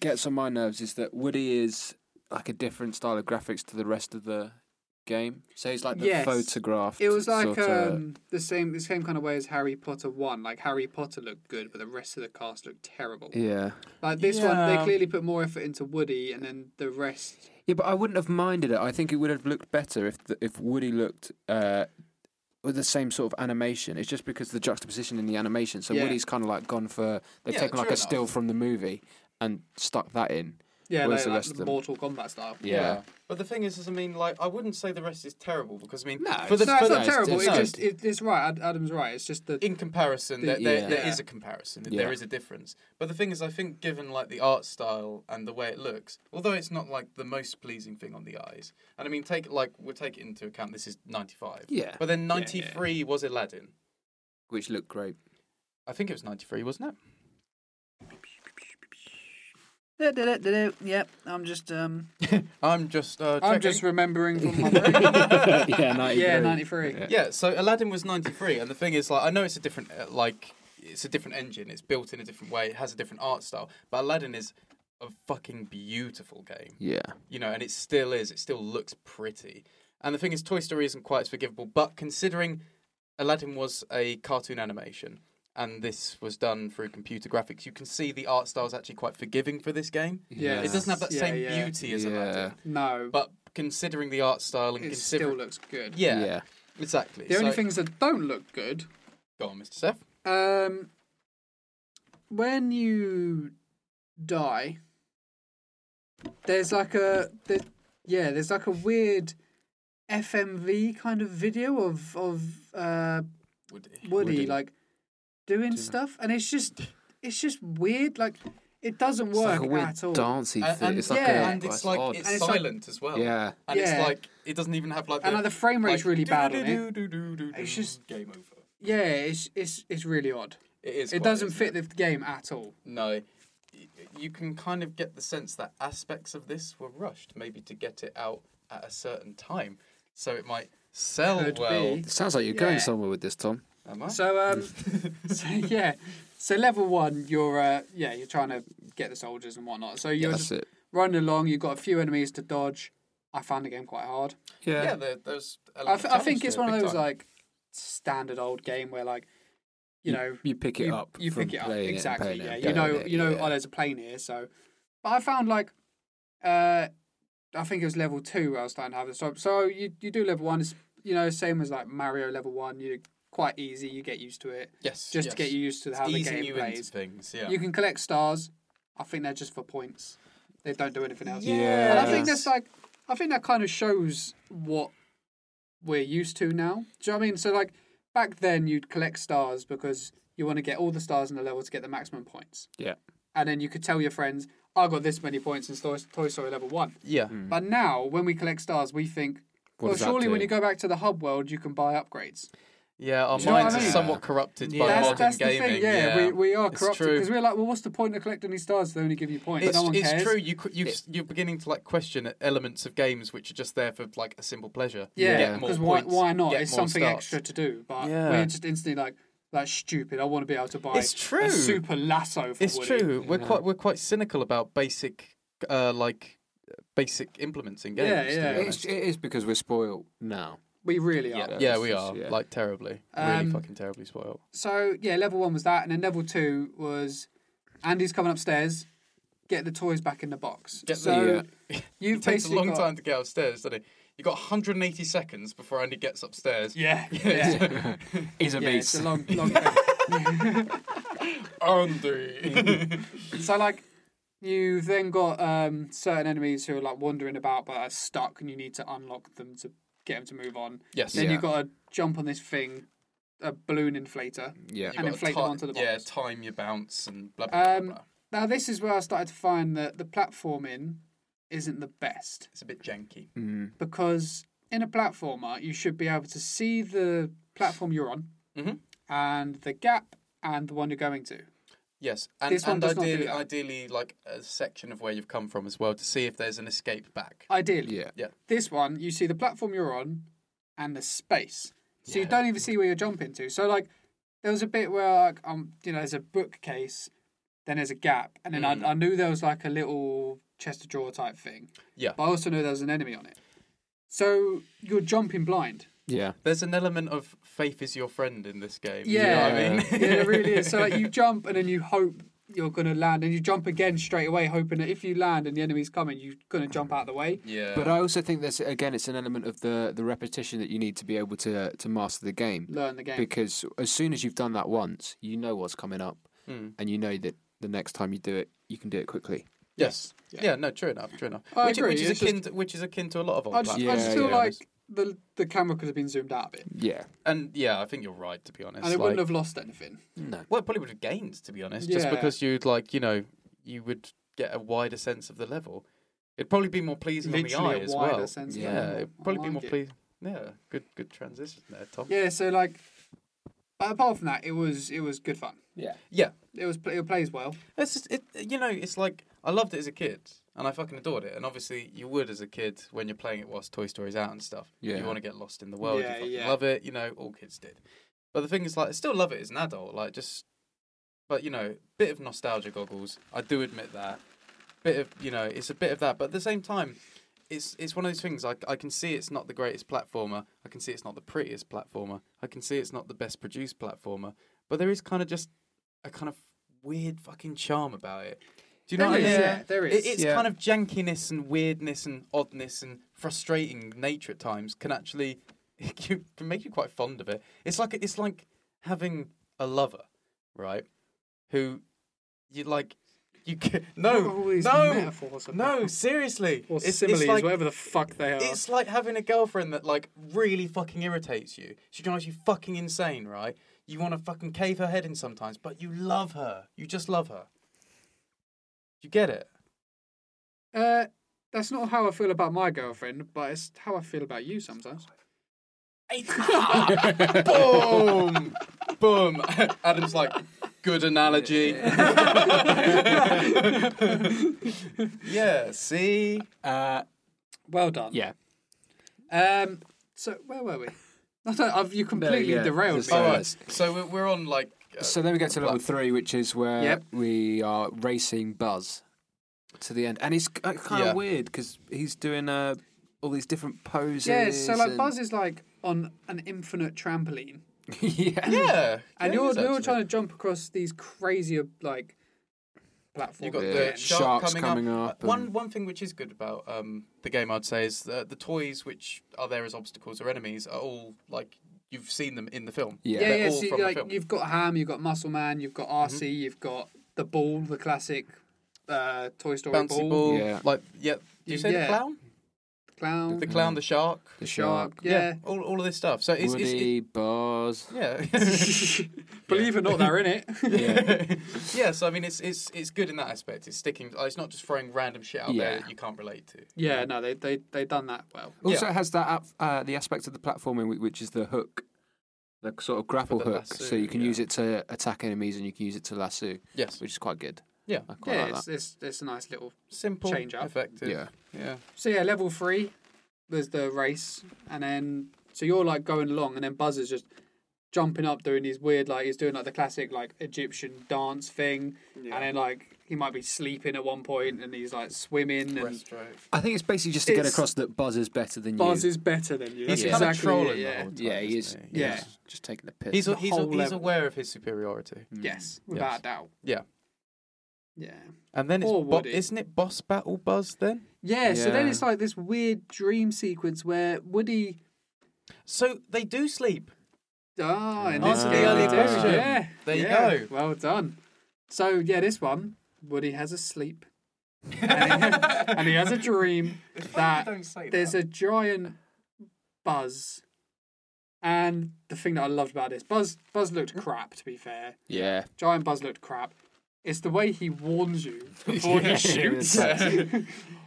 gets on my nerves is that Woody is like a different style of graphics to the rest of the game. So he's like the Yes. photograph. It was like sort of- um, the same the same kind of way as Harry Potter one. Like Harry Potter looked good, but the rest of the cast looked terrible. yeah. Like this one, they Yeah. clearly put more effort into Woody, and then the rest. Yeah, but I wouldn't have minded it. I think it would have looked better if the, if Woody looked uh, with the same sort of animation. It's just because the juxtaposition in the animation. So Yeah. Woody's kind of like gone for they've Yeah, taken like a true still from the movie and stuck that in. Yeah, Whereas like, the like rest of the them- Mortal Kombat style. Yeah. But the thing is, is I mean, like, I wouldn't say the rest is terrible because I mean, No, for the, No, for it's the- not terrible. It's, it's good. just it, it's right. Ad- Adam's right. It's just the in comparison, there, there, Yeah. there Yeah. is a comparison. Yeah. There is a difference. But the thing is, I think given like the art style and the way it looks, although it's not like the most pleasing thing on the eyes, and I mean, take like we'll take it into account. This is ninety five. Yeah. But then ninety three was Aladdin. Which looked great. I think it was ninety three, wasn't it? Yep, I'm just um I'm just. Uh, I'm checking. just remembering from my brain. yeah, ninety. yeah, ninety three. Yeah, so Aladdin was 93, and the thing is, like, I know it's a different, uh, like, it's a different engine. It's built in a different way. It has a different art style. But Aladdin is a fucking beautiful game, Yeah. you know, and it still is. It still looks pretty. And the thing is, Toy Story isn't quite as forgivable. But considering Aladdin was a cartoon animation, and this was done through computer graphics, you can see the art style is actually quite forgiving for this game. Yeah. It doesn't have that Yeah, same yeah. beauty as Yeah. Aladdin. No. But considering the art style and It still considering looks good. yeah, Yeah. exactly. The only So- things that don't look good, go on, Mr. Seth. um, when you die, there's like a there, yeah, there's like a weird FMV kind of video of of uh, Woody. Woody, Woody. like doing stuff, and it's just it's just weird. Like it doesn't It's work like a weird at all. dancey And, thing. and- It's like yeah. a, and it's like odd. it's And it's like- silent as well. yeah. And Yeah. it's like it doesn't even have like the, And like, the frame rate's really bad on it. it. It's just- game over. Yeah, it's it's it's really odd. It is. It quite, doesn't fit isn't the game at all. No, Y- you can kind of get the sense that aspects of this were rushed, maybe to get it out at a certain time, so it might sell Could well. be. It sounds like you're Yeah. going somewhere with this, Tom. Am I? So um, so, yeah, so level one, you're uh, yeah, you're trying to get the soldiers and whatnot. So you're That's just it. running along. You've got a few enemies to dodge. I found the game quite hard. yeah, Yeah. there, there's. a I, lot of th- I think challenge it's to it, one of big those time. like standard old game where like you know You pick it up. You from pick it up playing and exactly. playing it yeah, and you know, playing it, you know, yeah. oh, there's a plane here. So, but I found like, uh, I think it was level two where I was starting to have this. So, so you you do level one. It's you know same as like Mario level one. You quite easy. You get used to it. yes, Just yes. to get you used to how the Easing game you into plays. things. Yeah, You can collect stars. I think they're just for points. They don't do anything else. Yeah. And I think Yes. that's like, I think that kind of shows what we're used to now. Do you know what I mean? So like back then, you'd collect stars because you want to get all the stars in the level to get the maximum points, Yeah. and then you could tell your friends, "I got this many points in Toy, Toy Story level one." yeah. Hmm. But now, when we collect stars, we think, What "Well, does that surely when do?" you go back to the hub world, you can buy upgrades." Yeah, our Do you know what minds I mean? are somewhat corrupted Yeah. by That's- modern that's gaming. the thing. Yeah, we, we are It's corrupted true. because we're like, well, what's the point of collecting these stars? if They only give you points. It's, no one it's cares. true. You qu- you you're beginning to like question elements of games which are just there for like a simple pleasure. Yeah, Get more because why, points, why not? get It's more something starts. extra to do. But Yeah. we're just instantly like, that's stupid. I want to be able to buy It's true. a super lasso for It's Woody. true. We're quite we're quite cynical about basic uh, like basic implements in games. Yeah, to be yeah. honest. It's, it is because we're spoiled now. We really are. yeah, Yeah, yeah, it's we just- are yeah. like terribly, Um, really fucking terribly spoiled. So, yeah, level one was that. And then level two was Andy's coming upstairs, get the toys back in the box. Get so, the- yeah. you've It takes a basically long got- time to get upstairs, doesn't it? You got 180 seconds before Andy gets upstairs. Yeah, yeah. yeah, He's a it's a long, long thing. Andy. So like you've then got um, certain enemies who are like wandering about but are stuck and you need to unlock them to get them to move on. yes. Then Yeah. you've got to jump on this thing, a balloon inflator. Yeah. and You've got to inflate ti- them onto the Yeah, box. time your bounce and blah blah blah. Um, blah. Now this is where I started to find that the platforming isn't the best It's a bit janky. Mm. because in a platformer you should be able to see the platform you're on hmm Mm-hmm. and the gap and the one you're going to. Yes, and, This one and does not do ideally, that. ideally, like a section of where you've come from as well to see if there's an escape back. Ideally, Yeah. this one you see the platform you're on and the space so you don't even see where you're jumping to so like there was a bit where like um you know there's a bookcase then there's a gap and then Mm. I, I knew there was like a little chest of drawer type thing Yeah. but i also knew there was an enemy on it so you're jumping blind Yeah. There's an element of faith is your friend in this game. yeah you know what I mean. yeah it really is so like you jump and then you hope you're gonna land and you jump again straight away hoping that if you land and the enemy's coming you're gonna jump out of the way yeah, But I also think there's again, it's an element of the the repetition that you need to be able to to master the game learn the game because as soon as you've done that once, you know what's coming up, Hmm. Mm. and you know that the next time you do it, you can do it quickly. yes, yeah. no, true enough, true enough. I which, agree, which is it's akin, to, which is akin to a lot of old I just, I platforms, just Yeah, feel yeah. like the the camera could have been zoomed out a bit, Yeah. and yeah, I think you're right to be honest. and it like- wouldn't have lost anything. No. Well, it probably would have gained, to be honest, just Yeah. because you'd like, you know, you would get a wider sense of the level. It'd probably be more pleasing on Literally the eye a as wider well. sense of yeah, level. I it'd probably be like more it. pleasing. Yeah, good, good transition there, Tom. Yeah, Yeah, so like, but apart from that, it was it was good fun. Yeah. It was it plays well. it's just, it, you know, it's like I loved it as a kid, and I fucking adored it. And obviously, you would as a kid when you're playing it whilst Toy Story's out and stuff. Yeah. you want to get lost in the world. Yeah, you fucking yeah. love it. You know, all kids did. But the thing is, like, I still love it as an adult. Like, just, but you know, bit of nostalgia goggles. I do admit that. Bit of you know, it's a bit of that. But at the same time, it's it's one of those things. I I can see it's not the greatest platformer. I can see it's not the prettiest platformer. I can see it's not the best produced platformer. But there is kind of just a kind of weird fucking charm about it. Do you know There what is, I mean? yeah, there is, It, it's yeah. kind of jankiness and weirdness and oddness and frustrating nature at times can actually you, can make you quite fond of it. It's like it's like having a lover, right? Who you like? You can, What are no, all these no, metaphors about? no. Seriously, Or It's- it's similes, like- whatever the fuck they are. it's like having a girlfriend that like really fucking irritates you. She drives you fucking insane, right? You want to fucking cave her head in sometimes, but you love her. You just love her. You get it? Uh, that's not how I feel about my girlfriend, but it's how I feel about you sometimes. Boom, boom. Adam's like, good analogy. yeah. See. Uh, Well done. yeah. Um, so where were we? I don't, I've, you completely yeah, derailed just- me. All Oh, right. So we're, we're on like. Uh, So then we get to level three, which is where Yep. we are racing Buzz to the end, and it's kind of Yeah. weird because he's doing uh, all these different poses. yeah, so like and- Buzz is like on an infinite trampoline, yeah. yeah. and yeah, you're it is you're actually. trying to jump across these crazy like platforms. You got Yeah. the shark Sharks coming, coming up. up Uh, One and- one thing which is good about um, the game, I'd say, is that the toys which are there as obstacles or enemies are all like you've seen them in the film. Yeah. yeah, They're yeah. all So you, from the like film. Mm-hmm. you've got Ham, you've got Muscle Man, you've got RC, you've got the ball, the classic uh, Toy Story bouncy ball. Yeah. Like yeah. Do you say Yeah. the clown? clown, The clown, the shark, The shark. shark. Yeah. all, all of this stuff. So it's, it's, it's Woody, Buzz. yeah. Believe it or not, they're in it. yeah, so I mean, it's it's it's good in that aspect. It's sticking. uh, It's not just throwing random shit out Yeah. there that you can't relate to. yeah, no, they they they done that well. Also Yeah. has that app, uh, the aspect of the platforming whi- which is the hook, the sort of grapple the hook. so lasso, you can yeah. use it to attack enemies and you can use it to lasso, Yes. which is quite good. Yeah. I quite Yeah, like it's, that. it's it's a nice little. Simple. Change up. Effective. Yeah. Yeah. So yeah, level three was the race, and then so you're like going along, and then Buzz is just jumping up doing these weird like he's doing like the classic like Egyptian dance thing, and then like he might be sleeping at one point, and he's like swimming, and Breaststroke. I think it's basically just to get It's- across that Buzz is better than Buzz you. is better than you. That's He's Yeah. kind exactly of trolling it, the yeah. whole time, yeah, he is. isn't yeah. Yeah. just taking the piss. He's The he's, whole he's level. aware of his superiority. Mm. Yes, without a doubt. Yeah. Yeah. And then it's Or bo- would he? isn't it boss battle buzz then? Yeah, so then Yeah. it's like this weird dream sequence where Woody. So they do sleep. Ah, in this Answer Ah. game, the earlier they do, question. Yeah, There you yeah, go. Well done. So yeah, this one, Woody has a sleep, and, and he has a dream that Don't say there's a giant buzz. And the thing that I loved about this, Buzz, Buzz looked Hmm? crap. To be fair, yeah. Giant Buzz looked crap. It's the way he warns you before he shoots.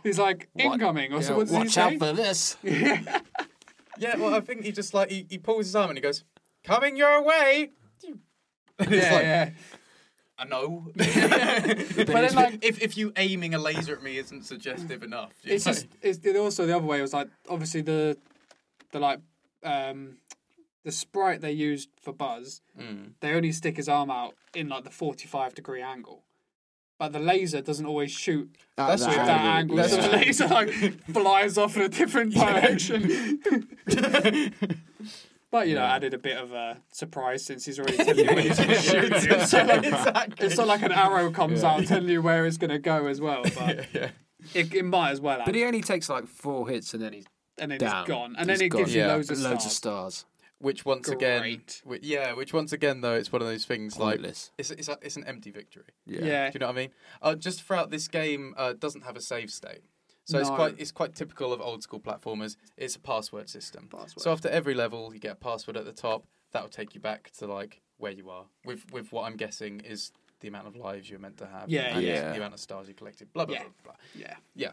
He's like incoming, or so what does he Watch say? out for this. Yeah, well, I think he just like he, he pulls his arm and he goes, "Coming your way." And it's yeah, like, yeah. I know. But then, like, if if you aiming a laser at me isn't suggestive enough, you it's know? just it's it also the other way. It was like obviously the the like um the sprite they used for Buzz. They only stick his arm out in like the forty five degree angle, but the laser doesn't always shoot That's at what- that angle. That's so the right. laser like flies off in a different direction. But you know, added a bit of a surprise since he's already telling you where he's going to shoot. you. So, like, exactly. It's not like an arrow comes out telling you where it's going to go as well. But It, it might as well. But add. he only takes like four hits and then he's and then down. it's gone. And He's then it gone. gives you Yeah. loads of loads of stars. stars. Which once again, Great. whi- yeah, which once again though, it's one of those things Pointless. like it's it's, a, it's an empty victory. Yeah. Do you know what I mean? Uh, just throughout this game uh, doesn't have a save state, so it's No. quite it's quite typical of old school platformers. It's a password system. Password. So after every level, you get a password at the top that will take you back to like where you are. With with what I'm guessing is the amount of lives you're meant to have. Yeah, and yeah. The amount of stars you collected. Blah blah Yeah. blah blah. Yeah. Yeah.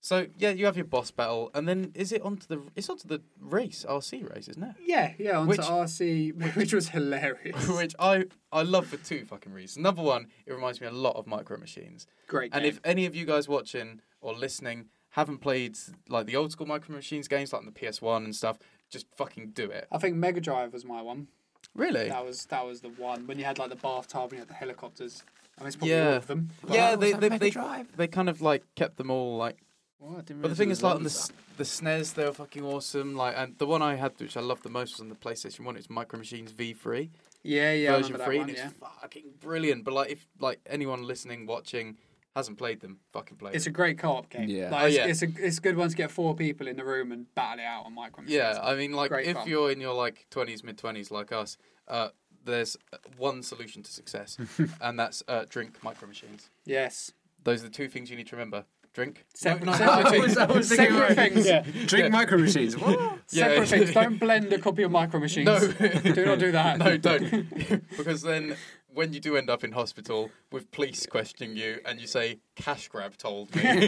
So yeah, you have your boss battle, and then is it onto the it's onto the race RC race, isn't it? Yeah, yeah, onto Which- RC, which was hilarious. Which I I love for two fucking reasons. Number one, it reminds me a lot of Micro Machines. Great And game. if any of you guys watching or listening haven't played like the old school Micro Machines games, like on the PS1 and stuff, just fucking do it. I think Mega Drive was my one. Really? That was that was the one when you had like the bathtub and you had the helicopters. I mean, it's probably all Yeah. of them. but- Yeah, was they that they, Mega they, Drive? they kind of like kept them all like But the thing is, like on the s- the SNES, they were fucking awesome. Like, and the one I had, which I loved the most, was on the PlayStation One. It's Micro Machines V3 yeah, yeah. I version remember that three, one, and it's yeah. fucking brilliant. But like, if like anyone listening, watching Hasn't played them. Fucking played. It's a great co-op game. Yeah. Like, Oh, it's, yeah. it's a it's a good one to get four people in the room and battle it out on micro. machines. Yeah, I mean, like Great if fun. you're in your like twenties, mid twenties, like us, uh, there's one solution to success, and that's uh, drink micro machines. Yes. Those are the two things you need to remember: drink. Separate, No, no, separate I things. was- I was thinking separate right. things. Drink Yeah. micro machines. Whoa. Yeah. Separate things. Don't blend a copy of micro machines. No, Do not do that. no, don't, because then when you do end up in hospital with police questioning you, and you say cash grab told me,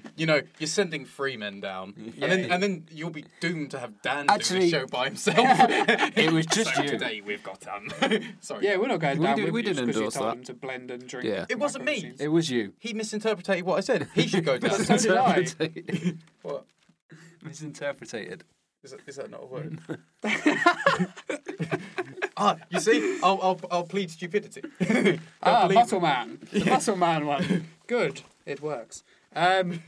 you know you're sending three men down, and then and then you'll be doomed to have Dan do Actually- the show by himself. It was just so you. today we've got um. Sorry. Yeah, we're not going We down did- with we we you didn't because you endorse told that. them to blend and drink. Yeah. It wasn't me. micro-machines. It was you. He misinterpreted what I said. He should go down. So did I. what? Misinterpreted. Is that, is that not a word? ah, you see, I'll, I'll, I'll plead stupidity. Don't Ah, believe Muscle me. Man. The Muscle Man one. Good. It works. Um,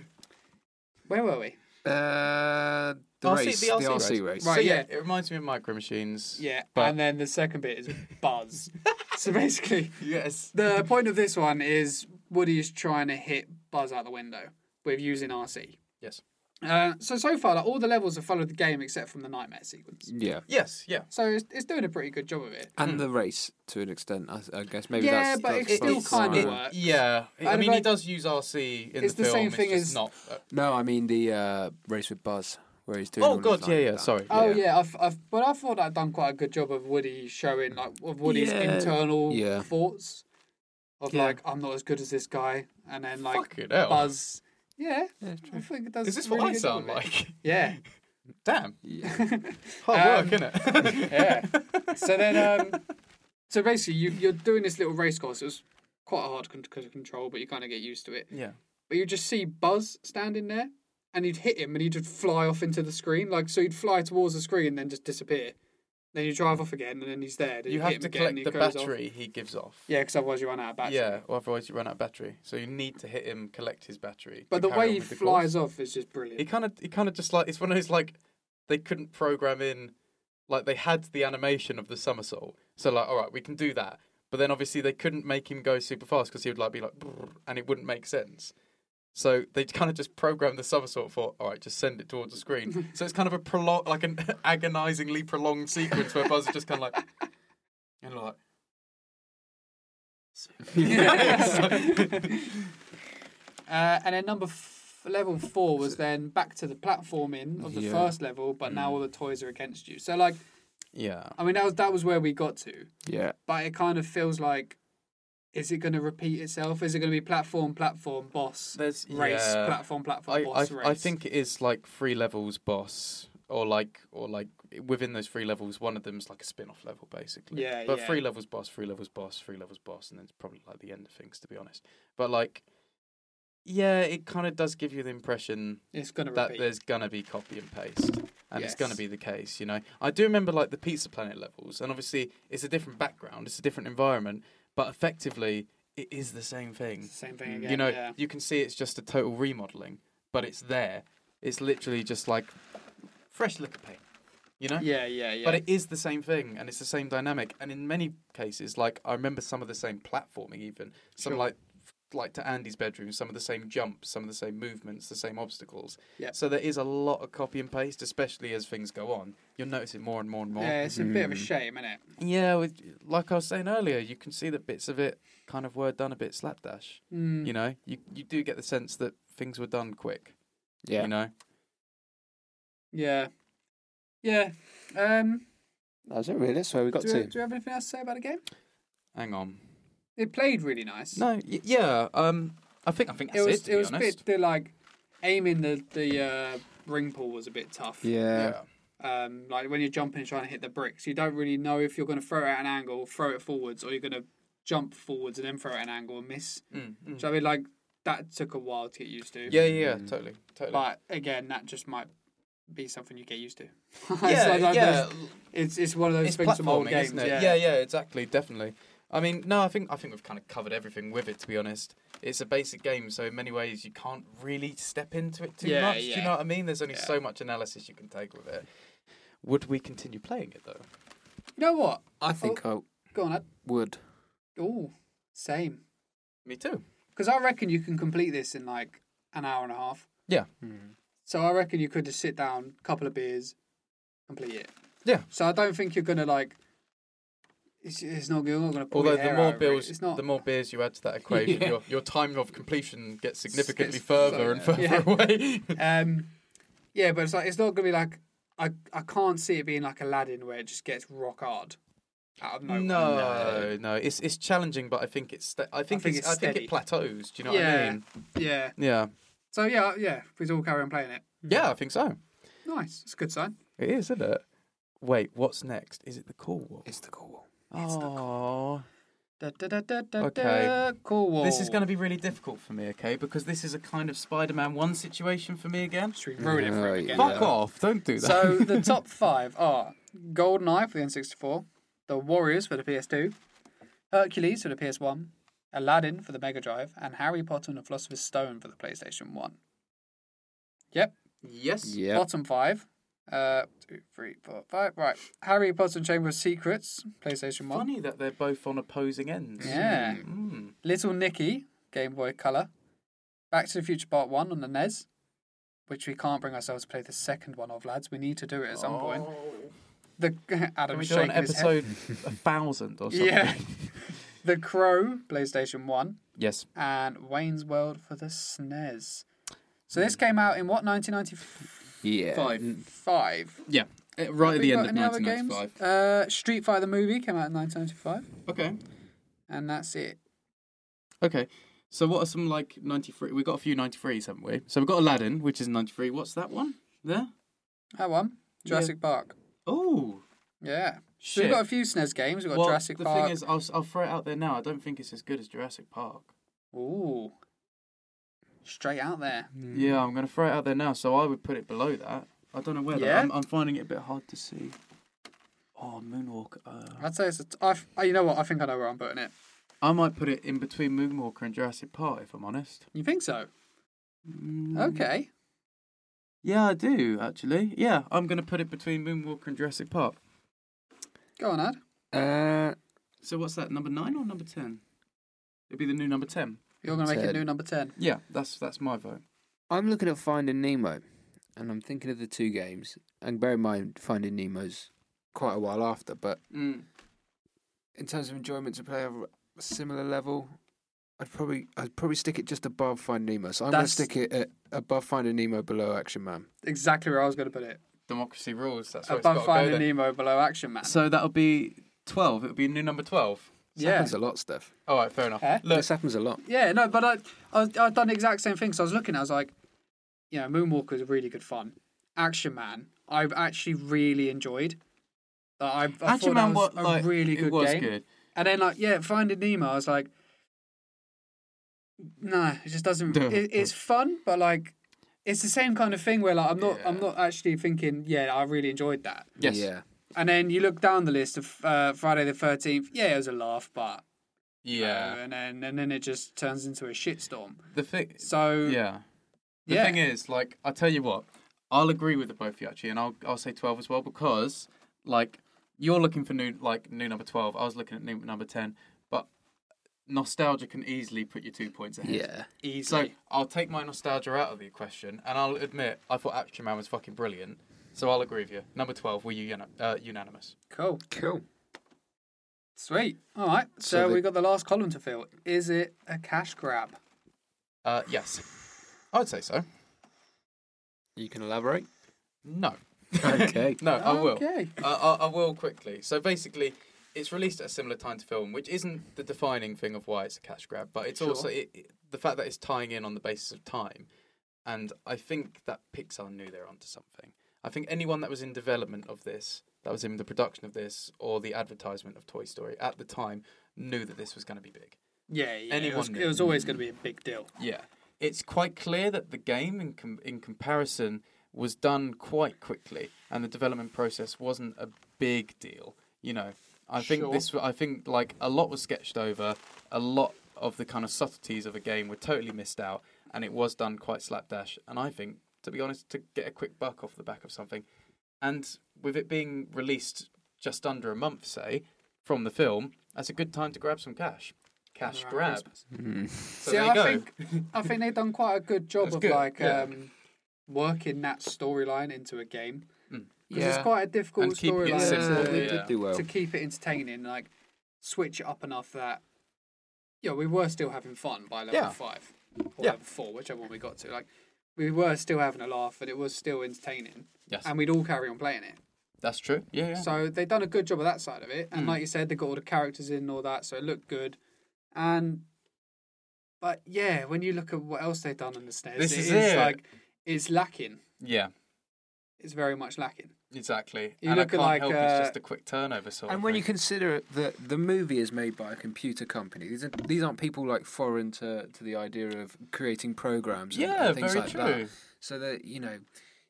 where were we? Uh, the RC race, the the RC RC, race. race. Right. so, yeah, yeah. it reminds me of micro machines. Yeah. But- and then the second bit is Buzz. so basically, Yes. the point of this one is Woody is trying to hit Buzz out the window with using RC. Yes. Uh, so so far, like, all the levels have followed the game except from the nightmare sequence. Yeah, Yes. Yeah. So it's, it's doing a pretty good job of it. and the race to an extent. I, I guess maybe Yeah, that's. but that's it still that's kinda fine. works. Works. Yeah. I I'd mean, he like- does use RC in It's the the film. same thing it's just as- not. uh, No, I mean the uh, race with Buzz, where he's doing. all oh his, God. like, Yeah. Yeah. that. Sorry. Oh Yeah. yeah, I've, I've but I thought I'd done quite a good job of Woody showing like of Woody's Yeah. internal Yeah. thoughts of Yeah. like I'm not as good as this guy, and then like Fucking hell. Buzz. Yeah, I think it does. Is this a really what I good job sound of it. like? Yeah, Damn. Yeah. Um, Hard work, innit? yeah. so then, um, so basically, you you're doing this little race course. It was quite hard con- to control, but you kind of get used to it. yeah. But you just see Buzz standing there, and you'd hit him, and he'd just fly off into the screen. Like so, he'd fly towards the screen, and then just disappear. Then you drive off again, and then he's there. Then You hit have him to again, and collect he the goes off. battery he gives off. Yeah, because otherwise you run out of battery. Yeah, or otherwise you run out of battery. So you need to hit him, collect his battery. But to the carry way on he with the flies course. off is just he brilliant. kind of, he kind of just like it's one of those like they couldn't program in, like they had the animation of the somersault. So like, all right, we can do that. But then obviously they couldn't make him go super fast because he would like be like, "Brrr," and it wouldn't make sense. So they kind of just programmed the somersault for, all right, just send it towards the screen. so it's kind of a prolong, like an agonizingly prolonged sequence where Buzz is just kind of like, and like. Uh, and then number f- level four was then back to the platforming of the Yeah. first level, but Mm. now all the toys are against you. So like, yeah. I mean, that was that was where we got to. yeah. But it kind of feels like, is it going to repeat itself? Is it going to be platform, platform, boss, There's race, yeah. platform, platform, I, boss, I, race? I think it is like three levels boss or like or like within those three levels one of them's like a spin-off level basically Yeah, but yeah. three levels boss three levels boss three levels boss and then it's probably like the end of things to be honest but like yeah it kind of does give you the impression it's going to that repeat. there's gonna be copy and paste, and it's gonna Yes. be the case. You know, I do remember like the Pizza Planet levels, and obviously it's a different background, it's a different environment, but effectively it is the same thing. It's the same thing again. you know, yeah. Mm. you can see it's just a total remodeling, but it's there. It's literally just like fresh lick of paint. You know. yeah, yeah, yeah. But it is the same thing, and it's the same dynamic, and in many cases, like I remember some of the same platforming, even some Sure. like like to Andy's bedroom, some of the same jumps, some of the same movements, the same obstacles. Yep. So there is a lot of copy and paste, especially as things go on. You'll notice it more and more and more. yeah, it's a bit of a Mm-hmm. shame, isn't it? Yeah, with, like I was saying earlier, you can see that bits of it kind of were done a bit slapdash. Mm. You know, you you do get the sense that things were done quick. Yeah. You know. Yeah. Yeah. Um, That was it, really. That's where we got do, you, to. do you have anything else to say about the game? Hang on. It played really nice. No. Y- yeah. Um. I think I think it that's it. was to it be was a honest. bit the like aiming the the uh, ring pull was a bit tough. Yeah. yeah. Um, like when you're jumping and trying to hit the bricks, you don't really know if you're going to throw it at an angle, throw it forwards, or you're going to jump forwards and then throw it at an angle and miss. Mm, mm. So I mean, like that took a while to get used to. Yeah, yeah, yeah, totally, totally. But again, that just might be something you get used to. It's yeah, like- like yeah, those- It's it's one of those it's things from old platforming, games. isn't it? Yeah. yeah, exactly, definitely. I mean, no, I think I think we've kind of covered everything with it. To be honest, it's a basic game, so in many ways you can't really step into it too Yeah, much. Do you yeah. know what I mean? There's only Yeah. so much analysis you can take with it. Would we continue playing it though? You know what? I think I Go on. Ed. would. Oh, same. Me too. Because I reckon you can complete this in like an hour and a half. Yeah. Hmm. So I reckon you could just sit down, couple of beers, complete it. Yeah. So I don't think you're gonna like. It's, it's not. You're not gonna. Pull Although your the hair more out, right? bills, it's not. the more beers you add to that equation, Yeah. your, your time of completion gets significantly It's- further and so- further away. Um, yeah, but it's like it's not gonna be like I I can't see it being like Aladdin where it just gets rock hard out of nowhere. no, no, it's it's challenging, but I think it's sta- I think, think it's, it's I think steady. it plateaus. Do you know what I Yeah. mean? Yeah. Yeah, So yeah, yeah. If we all carry on playing it, yeah, I think so. nice. It's a good sign. It is, isn't it? Wait, what's next? Is it the cool one? It's the cool Oh, Da, da, da, da, da, Okay. da. Cool. this is going to be really difficult for me, okay? Because this is a kind of Spider-Man one situation for me again. ruin it for him Oh, again. yeah. Fuck off! Don't do that. So the top five are GoldenEye for the N64, The Warriors for the PS2, Hercules for the PS1, Aladdin for the Mega Drive, and Harry Potter and the Philosopher's Stone for the PlayStation 1. Yep. yes. one. Yeah. Bottom five. Uh, two, three, four, five. Right. Harry Potter and Chamber of Secrets, PlayStation 1. Funny that they're both on opposing ends. Yeah. Mm. Little Nicky, Game Boy Color. Back to the Future Part 1 on the NES, which we can't bring ourselves to play the second one of, lads. We need to do it at some point. The Oh. Can Adam we is do an shaking his head. episode a thousand or something? Yeah. the Crow, PlayStation 1, Yes. and Wayne's World for the SNES. So this Hmm. came out in what, 1995? Yeah. Mm. Yeah. Uh, Right at Have the you end got of any other 1995. games? Uh, Street Fighter the movie came out in 1995, Okay. and that's it. Okay. So what are some like 93? We've got a few 93s, haven't we? So we've got Aladdin, which is 93. What's that one? There? That one, Jurassic Park. Oh, Yeah. So shit. we've got a few SNES games. We've got well, Jurassic the Park. thing is, I'll, s- I'll throw it out there now. I don't think it's as good as Jurassic Park. Ooh. Straight out there. Yeah, I'm going to throw it out there now. So I would put it below that. I don't know whether. Yeah? I'm, I'm finding it a bit hard to see. Oh, Moonwalker. Uh, I'd say it's a. T- I've, oh, you know what? I think I know where I'm putting it. I might put it in between Moonwalker and Jurassic Park, if I'm honest. You think so? Hmm. Mm. Okay. Yeah, I do actually. Yeah, I'm gonna put it between Moonwalker and Jurassic Park. Go on, Ad. Uh, So what's that? Number nine or number ten? It'd be the new number ten. You're going to make it Ted. new number 10. Yeah, that's that's my vote. I'm looking at Finding Nemo, and I'm thinking of the two games. And bear in mind, Finding Nemo's quite a while after, but Mm. in terms of enjoyment to play over a similar level, I'd probably I'd probably stick it just above Finding Nemo. So I'm That's- gonna stick it at, above Finding Nemo, below Action Man. Exactly where I was going to put it. Democracy rules. That's Above Finding Nemo, below Action Man. So that'll be twelve. It'll be new number twelve. This yeah. happens a lot, Steph. All right, fair enough. Eh? Look, This happens a lot. Yeah, no, but I, I was, I'd done the exact same thing. So I was looking, I was like, you know, Moonwalker is really good fun. Action Man, I've actually really enjoyed. Like, I, I thought Action that Man was was a like, really good it was game. good. And then like yeah, Finding Nemo, I was like, nah, it just doesn't. Duh. It, it's fun, but like, it's the same kind of thing where like I'm not I'm not actually thinking yeah I really enjoyed that. Yes. Yeah. And then you look down the list of uh, Friday the Thirteenth, yeah, it was a laugh, but Yeah. and then and then it just turns into a shitstorm. the thing. So Yeah. The Yeah. thing is, like, I tell you what, I'll agree with the both of you actually, and I'll I'll say twelve as well because, like, you're looking for new like new number twelve. I was looking at new number ten, but nostalgia can easily put you two points ahead. Yeah. So easily. I'll take my nostalgia out of the question, and I'll admit I thought Action Man was fucking brilliant. So I'll agree with you. Number twelve, were you uni- uh, unanimous? cool, Cool. sweet. All right, so, So the- we got the last column to fill. Is it a cash grab? Uh, yes, I would say so. You can elaborate. No. Okay. no, I will. Okay. I, I, I will quickly. So basically, it's released at a similar time to film, which isn't the defining thing of why it's a cash grab, but it's also it, it- the fact that it's tying in on the basis of time. And I think that Pixar knew they're onto something. I think anyone that was in development of this, that was in the production of this, or the advertisement of Toy Story at the time, knew that this was going to be big. Yeah, yeah. it, Anyone was, knew. it was always going to be a big deal. Yeah, it's quite clear that the game, in com- in comparison, was done quite quickly, and the development process wasn't a big deal. You know, I think Sure. this. I think like a lot was sketched over. A lot of the kind of subtleties of a game were totally missed out, and it was done quite slapdash. And I think, to be honest, to get a quick buck off the back of something, and with it being released just under a month, say, from the film, that's a good time to grab some cash. Cash around grab. Christmas. So See, there I you go. think I think they've done quite a good job That's of good, like yeah. um, working that storyline into a game because yeah. it's quite a difficult Mm. And keeping it yeah, storyline simple, to, they yeah. did do well. to keep it entertaining. Like switch it up enough that yeah, we were still having fun by level Yeah. five or Yeah. level four, whichever one we got to. Like we were still having a laugh, and it was still entertaining, Yes, and we'd all carry on playing it. that's true. Yeah, yeah. Hmm. So they've done a good job of that side of it. And like you said, they got all the characters in and all that, so it looked good. And but yeah, when you look at what else they've done on the stairs, This it is is it. like it's lacking. yeah, It's very much lacking. exactly. You and I look at can't like, help it's uh, just a quick turnover sort And of when thing. you consider that the movie is made by a computer company, these, are, these aren't people like foreign to, to the idea of creating programs and, yeah, and things very like true. that. So that, you know,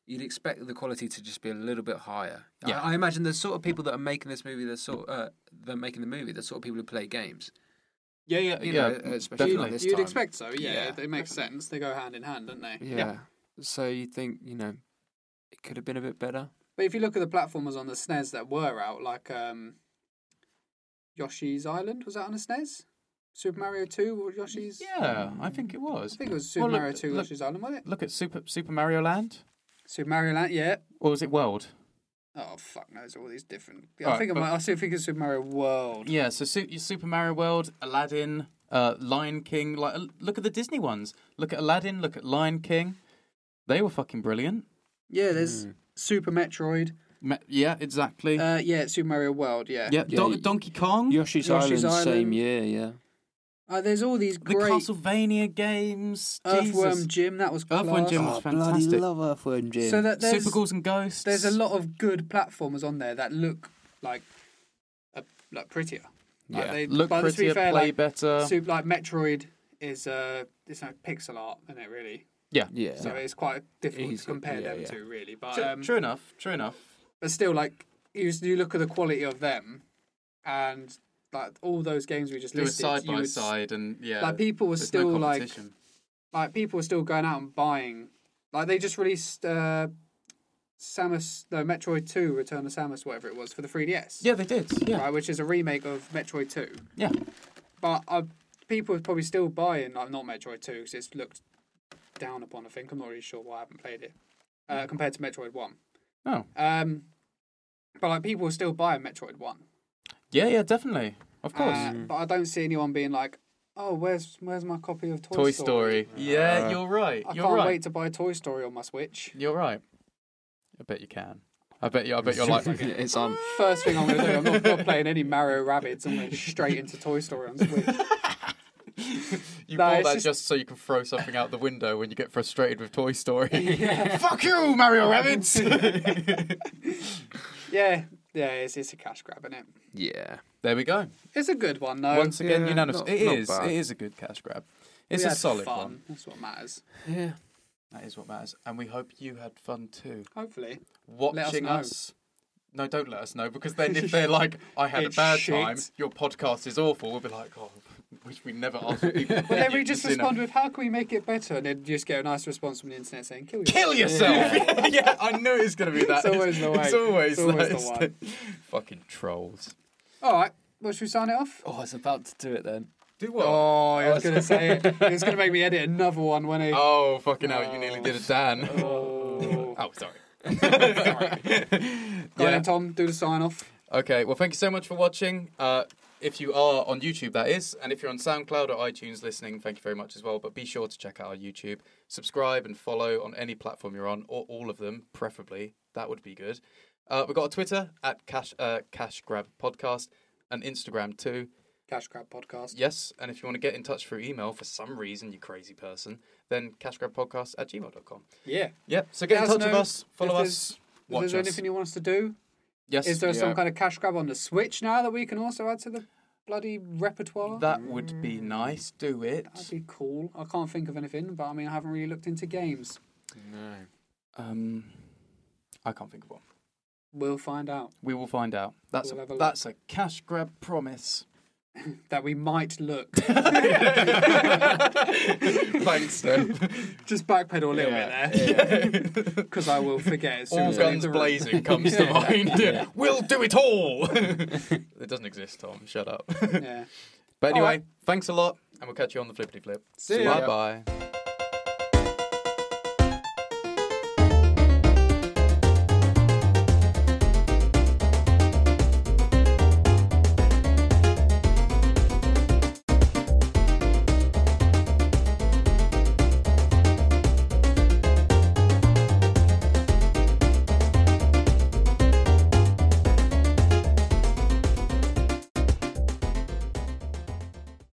you'd expect the quality to just be a little bit higher. Yeah. I, I imagine the sort of people that are making this movie, the sort uh, that are making the movie, the sort of people who play games. Yeah, yeah, You yeah. know, especially definitely. on this You'd time. expect so, yeah. Yeah. It, it makes sense. They go hand in hand, don't they? yeah. So you think, you know, it could have been a bit better. Mm-hmm. But if you look at the platformers on the snares that were out, like um Yoshi's Island, was that on the snares? Super Mario Two or Yoshi's yeah, I think it I was. think it was Super Well, look- Mario Two, look- Yoshi's Island, wasn't it? Look at Super Super Mario Land, Super Mario Land, yeah. or was it World? Oh fuck knows all these different. I Alright, think I but- might. I still think it's Super Mario World. Yeah, so Su- Super Mario World, Aladdin, uh, Lion King. Like, uh, look at the Disney ones. Look at Aladdin. Look at Lion King. They were fucking brilliant. Yeah, there's Hmm. Super Metroid. Me- yeah, exactly. Uh, yeah, it's Super Mario World. Yeah. yeah, yeah, Don- you- Donkey Kong. Yoshi's, Yoshi's Island, same Island. year, yeah. Uh, there's all these the great Castlevania games. Earthworm Jesus. Jim. That was class. Earthworm Jim was Oh, bloody fantastic. love Earthworm Jim. So that there's Super Ghouls and Ghosts. there's a lot of good platformers on there that look like uh, like prettier. Like, Yeah. they- Look but to be prettier, fair, play like, better. Super, like Metroid is uh, it's like pixel art, isn't it? Really. yeah. yeah. So it's quite difficult Easy, to compare yeah, them yeah. to, really. But True, um, true enough. True enough. but still, like you, you look at the quality of them, and like all those games we just They were listed, side you by would- side, and yeah, Like people were there's no still like, competition. like people were still going out and buying. Like they just released uh, Samus, no Metroid Two: Return of Samus, whatever it was, for the 3DS. Yeah, they did. Yeah, Right, which is a remake of Metroid Two, yeah. but uh, people are probably still buying like not Metroid Two because it's looked down upon. I think I'm not really sure why I haven't played it uh, compared to Metroid One. Oh, Um, but like people are still buying Metroid One. yeah, yeah. Definitely, of course. Mm. Uh, but I don't see anyone being like, "Oh, where's where's my copy of Toy, Toy Story. Yeah, you're right. I you're can't right. wait to buy Toy Story on my Switch." You're right. I bet you can. I bet you. I bet you're like. it's on. First thing I'm gonna do, I'm not, not playing any Mario Rabbids. I'm going straight into Toy Story on Switch. You No, bought it's that just- just so you can throw something out the window when you get frustrated with Toy Story. Fuck you, Mario Rabbids. Yeah, yeah, it's, it's a cash grab, is it? Yeah. there we go. It's a good one though. Once again, Yeah, unanimous. not- It is. not bad. It is a good cash grab. We It's a had solid fun. one. That's what matters. Yeah. That is what matters, and we hope you had fun too. Hopefully, us Watching know. us. No, don't let us know because then if they're like, "I had a It's bad shit. time," your podcast is awful. We'll be like, "Oh, wish we never asked." people to but then hear we you just sin respond with, "How can we make it better?" And then you just get a nice response from the internet saying, "Kill yourself." kill yourself. Yeah, I knew it was going to be that. It's always the way. It's always, It's always that. the It's one. the- fucking trolls. All right, well, should we sign it off? Oh, I was about to do it then. Do what? Oh, Oh, I was going to say it. He was going to make me edit another one when he. oh, fucking hell! You nearly did a Dan. Oh, Oh. sorry. Go Yeah. on, Tom, do the sign off. Okay. Well, thank you so much for watching. Uh, if you are on YouTube, that is, and if you're on SoundCloud or iTunes listening, thank you very much as well. But be sure to check out our YouTube, subscribe and follow on any platform you're on, or all of them, preferably. That would be good. Uh, we've got a Twitter at Cash uh, Cash Grab Podcast, and Instagram too. Cash Grab Podcast. Yes, and if you want to get in touch through email for some reason, you crazy person, then cashgrabpodcast at gmail.com. Yeah. Yep, so Let get in us touch with know us, follow if us, watch Is there us. anything you want us to do? yes, Is there some Yeah. kind of cash grab on the Switch now that we can also add to the bloody repertoire? that would be nice, do it. That'd be cool. I can't think of anything, but I mean, I haven't really looked into games. No. Um, I can't think of one. We'll find out We will find out. That's, We'll have a a, look. that's a cash grab promise. that we might look. Thanks, Steph. Just backpedal a little bit there, because I will forget as soon all as I leave guns the room. blazing comes to mind. We'll do it all. it doesn't exist, Tom. Shut up. Yeah. But anyway, Alright. thanks a lot, and we'll catch you on the flippity flip. See ya. Bye bye.